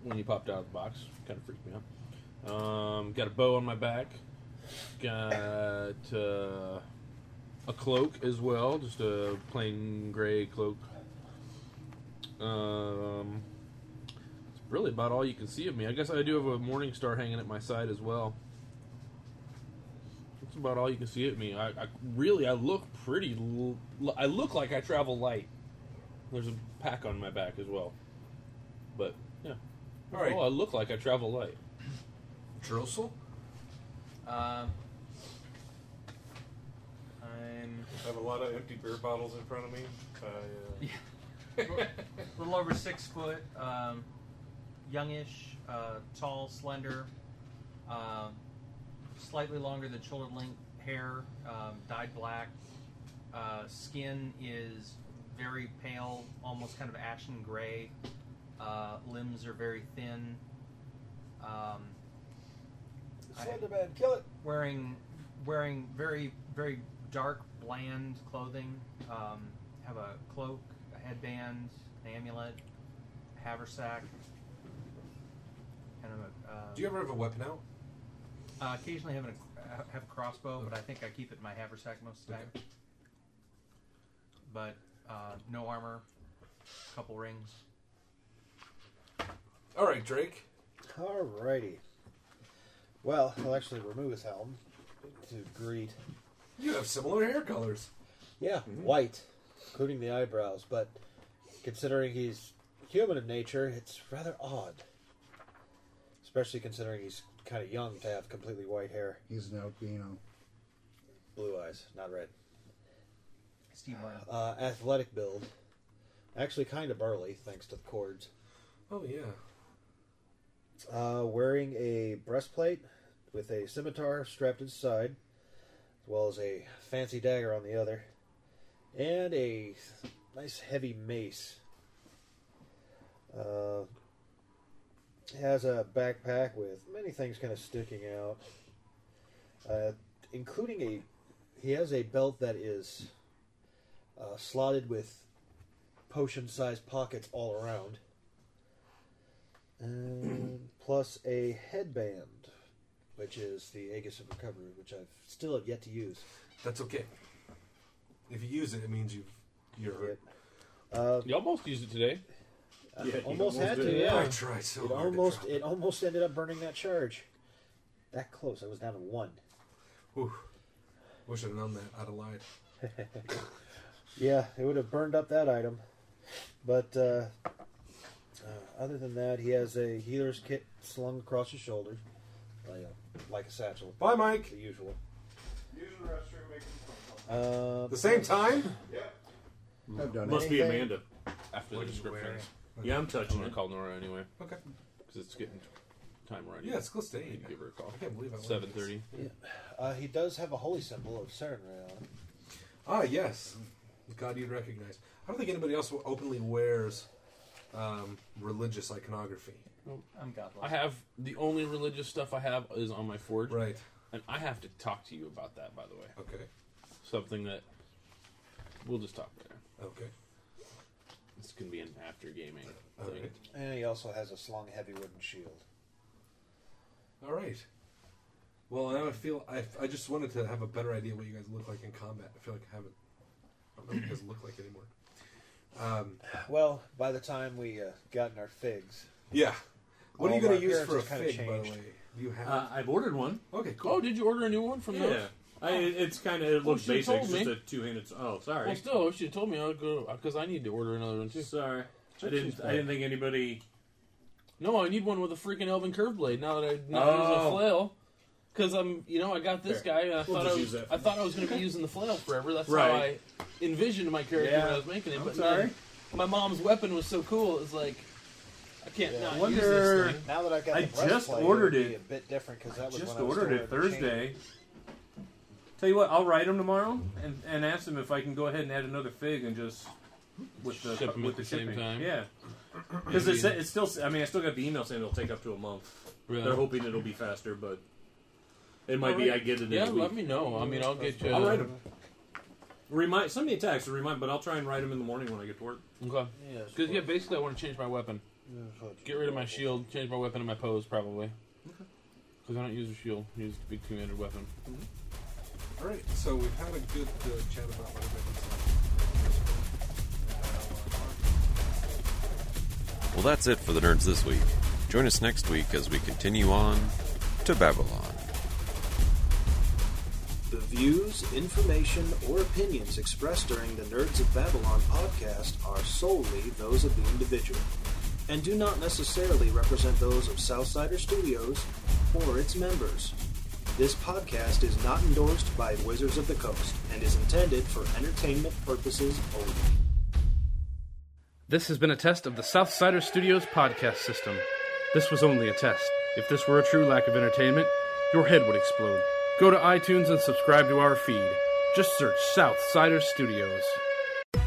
[SPEAKER 4] when you popped out of the box. Kind of freaked me out. Um, got a bow on my back. Got uh, a cloak as well, just a plain gray cloak. Um, it's really about all you can see of me. I guess I do have a morning star hanging at my side as well. That's about all you can see of me. I, I really, I look pretty. L- I look like I travel light. There's a pack on my back as well, but yeah.
[SPEAKER 7] All right.
[SPEAKER 4] Oh, I look like I travel light.
[SPEAKER 7] Drossel?
[SPEAKER 26] Um, I'm
[SPEAKER 25] I have a lot of empty beer bottles in front of me. I, uh,
[SPEAKER 26] a little over six foot, um, youngish, uh, tall, slender, um, slightly longer than shoulder length hair, um, dyed black. Uh, skin is very pale, almost kind of ashen gray. Uh, limbs are very thin. Um,
[SPEAKER 2] Slenderman, kill it.
[SPEAKER 26] wearing wearing very very dark bland clothing um, have a cloak a headband an amulet haversack and a, uh,
[SPEAKER 7] Do you ever have a weapon out?
[SPEAKER 26] uh, occasionally having a, have a crossbow but i think i keep it in my haversack most of the time but uh, no armor couple rings
[SPEAKER 7] All right, Drake.
[SPEAKER 2] Alrighty. Well, I'll actually remove his helm to greet.
[SPEAKER 7] You have similar hair colors.
[SPEAKER 2] Yeah,
[SPEAKER 26] Mm-hmm.
[SPEAKER 2] white, including the eyebrows, but considering he's human in nature, it's rather odd. Especially considering he's kind of young to have completely white hair.
[SPEAKER 11] He's an albino.
[SPEAKER 2] Blue eyes, not red.
[SPEAKER 26] Steve Martin.
[SPEAKER 2] Uh, athletic build. Actually, kind of burly, thanks to the cords.
[SPEAKER 7] Oh yeah.
[SPEAKER 2] Uh, wearing a breastplate with a scimitar strapped to his side, as well as a fancy dagger on the other, and a nice heavy mace. Uh, has a backpack with many things kind of sticking out, uh, including a. He has a belt that is uh, slotted with potion-sized pockets all around. And plus a headband, which is the Aegis of Recovery, which I've still have yet to use.
[SPEAKER 7] That's okay. If you use it, it means you've you're hurt.
[SPEAKER 2] Uh,
[SPEAKER 4] you almost used it today.
[SPEAKER 2] I
[SPEAKER 7] Yeah, you
[SPEAKER 2] almost
[SPEAKER 7] almost
[SPEAKER 2] had to.
[SPEAKER 7] did.
[SPEAKER 2] Yeah,
[SPEAKER 7] I tried so
[SPEAKER 2] it
[SPEAKER 7] hard to
[SPEAKER 2] almost it almost ended up burning that charge. That close. I was down to one.
[SPEAKER 7] Whew. Wish I'd known that. I'd have lied.
[SPEAKER 2] Yeah, it would have burned up that item. But uh, uh, other than that, he has a healer's kit slung across his shoulder, like a, like a satchel.
[SPEAKER 7] Bye, Mike.
[SPEAKER 2] The usual.
[SPEAKER 9] Usual restroom making phone calls.
[SPEAKER 2] Uh,
[SPEAKER 7] The same time?
[SPEAKER 9] Yep.
[SPEAKER 11] I've done
[SPEAKER 31] Must be
[SPEAKER 11] anything.
[SPEAKER 31] Amanda. After the description. Yeah, I'm touching
[SPEAKER 4] I'm gonna
[SPEAKER 31] it.
[SPEAKER 4] call Nora anyway.
[SPEAKER 7] Okay.
[SPEAKER 4] Because it's getting time right.
[SPEAKER 7] Yeah, it's close to eight.
[SPEAKER 4] Need to give her a call.
[SPEAKER 7] I can't believe I went
[SPEAKER 4] Seven thirty.
[SPEAKER 2] Yeah. Uh, he does have a holy symbol of Saren right on him.
[SPEAKER 7] Ah, yes. God, you'd recognize. I don't think anybody else openly wears um, religious iconography.
[SPEAKER 26] i'm godless
[SPEAKER 4] I have the only religious stuff I have is on my forge.
[SPEAKER 7] Right.
[SPEAKER 4] And I have to talk to you about that, by the way.
[SPEAKER 7] Okay.
[SPEAKER 4] Something that we'll just talk later.
[SPEAKER 7] Okay.
[SPEAKER 4] This can be an after gaming. thing.
[SPEAKER 2] And he also has a slung heavy wooden shield.
[SPEAKER 7] All right. Well, now I feel I, I just wanted to have a better idea what you guys look like in combat. I feel like I haven't. I don't know what you guys look like anymore. Um,
[SPEAKER 2] Well, by the time we uh, gotten our figs,
[SPEAKER 7] yeah. What are
[SPEAKER 2] All
[SPEAKER 7] you going
[SPEAKER 2] my
[SPEAKER 7] to use for a
[SPEAKER 2] appearance has
[SPEAKER 7] fig,
[SPEAKER 2] kinda
[SPEAKER 7] by the way?
[SPEAKER 2] changed.
[SPEAKER 7] Do you have?
[SPEAKER 31] Uh, I've ordered one.
[SPEAKER 7] okay, cool.
[SPEAKER 4] Oh, did you order a new one from
[SPEAKER 31] yeah.
[SPEAKER 4] those?
[SPEAKER 31] I, it's kind of it
[SPEAKER 4] Well,
[SPEAKER 31] looks
[SPEAKER 4] she
[SPEAKER 31] basic.
[SPEAKER 4] told
[SPEAKER 31] It's
[SPEAKER 4] me.
[SPEAKER 31] just a two-handed. s- Oh, sorry.
[SPEAKER 4] Well, still, if she told me, I'll go because I need to order another one too.
[SPEAKER 31] Sorry, I
[SPEAKER 4] She's
[SPEAKER 31] didn't. I
[SPEAKER 4] back.
[SPEAKER 31] didn't think anybody.
[SPEAKER 4] No, I need one with a freaking elven curve blade. Now that I now there's a
[SPEAKER 31] Oh.
[SPEAKER 4] flail, because I'm you know I got this
[SPEAKER 31] Fair.
[SPEAKER 4] guy. And I
[SPEAKER 31] We'll
[SPEAKER 4] thought
[SPEAKER 31] just
[SPEAKER 4] I
[SPEAKER 31] use
[SPEAKER 4] was
[SPEAKER 31] that.
[SPEAKER 4] I thought I was going to be using the flail forever. That's
[SPEAKER 31] Right.
[SPEAKER 4] how I envisioned my character when
[SPEAKER 31] Yeah.
[SPEAKER 4] I was making it.
[SPEAKER 31] I'm
[SPEAKER 4] but
[SPEAKER 31] sorry.
[SPEAKER 4] then my mom's weapon was so cool. It's like I can't
[SPEAKER 2] Yeah,
[SPEAKER 4] not
[SPEAKER 2] I
[SPEAKER 4] use this thing.
[SPEAKER 2] now that I've got
[SPEAKER 31] I
[SPEAKER 2] the
[SPEAKER 31] just
[SPEAKER 2] breastplate,
[SPEAKER 31] ordered
[SPEAKER 2] it, would be
[SPEAKER 31] it.
[SPEAKER 2] a bit different because
[SPEAKER 31] I
[SPEAKER 2] that was
[SPEAKER 31] just
[SPEAKER 2] when I was
[SPEAKER 31] ordered it
[SPEAKER 2] still wearing the chain.
[SPEAKER 31] Thursday.
[SPEAKER 1] Tell you what, I'll write him tomorrow and, and ask him if I can go ahead and add another fig and just with the
[SPEAKER 32] Ship 'em
[SPEAKER 1] with
[SPEAKER 32] at
[SPEAKER 1] the,
[SPEAKER 32] the same
[SPEAKER 1] shipping.
[SPEAKER 32] time?
[SPEAKER 1] Yeah, because it's,
[SPEAKER 32] Maybe.
[SPEAKER 1] it's still. I mean, I still got the email saying it'll take up to a month.
[SPEAKER 32] Really?
[SPEAKER 1] They're hoping it'll be faster, but it might be. I
[SPEAKER 32] Alright.
[SPEAKER 1] get it. in
[SPEAKER 32] Yeah,
[SPEAKER 1] a week.
[SPEAKER 32] let me know. I mean, I'll get you-
[SPEAKER 1] I'll write 'em. Remind. Send me a text or remind, but I'll try and write him in the morning when I get to work.
[SPEAKER 32] Okay. Because yeah, basically, I want to change my weapon. Get rid of my shield, change my weapon and my pose probably. Because I don't use a shield, I use the big two-handed weapon.
[SPEAKER 33] All right, so we've had a good uh, chat about what
[SPEAKER 7] Well, that's it for the nerds this week. Join us next week as we continue on to Babylon.
[SPEAKER 2] The views, information, or opinions expressed during the Nerds of Babylon podcast are solely those of the individual and do not necessarily represent those of Southsider Studios or its members. This podcast is not endorsed by Wizards of the Coast and is intended for entertainment purposes only.
[SPEAKER 4] This has been a test of the Southsider Studios podcast system. This was only a test. If this were a true lack of entertainment, your head would explode. Go to iTunes and subscribe to our feed. Just search Southsider Studios.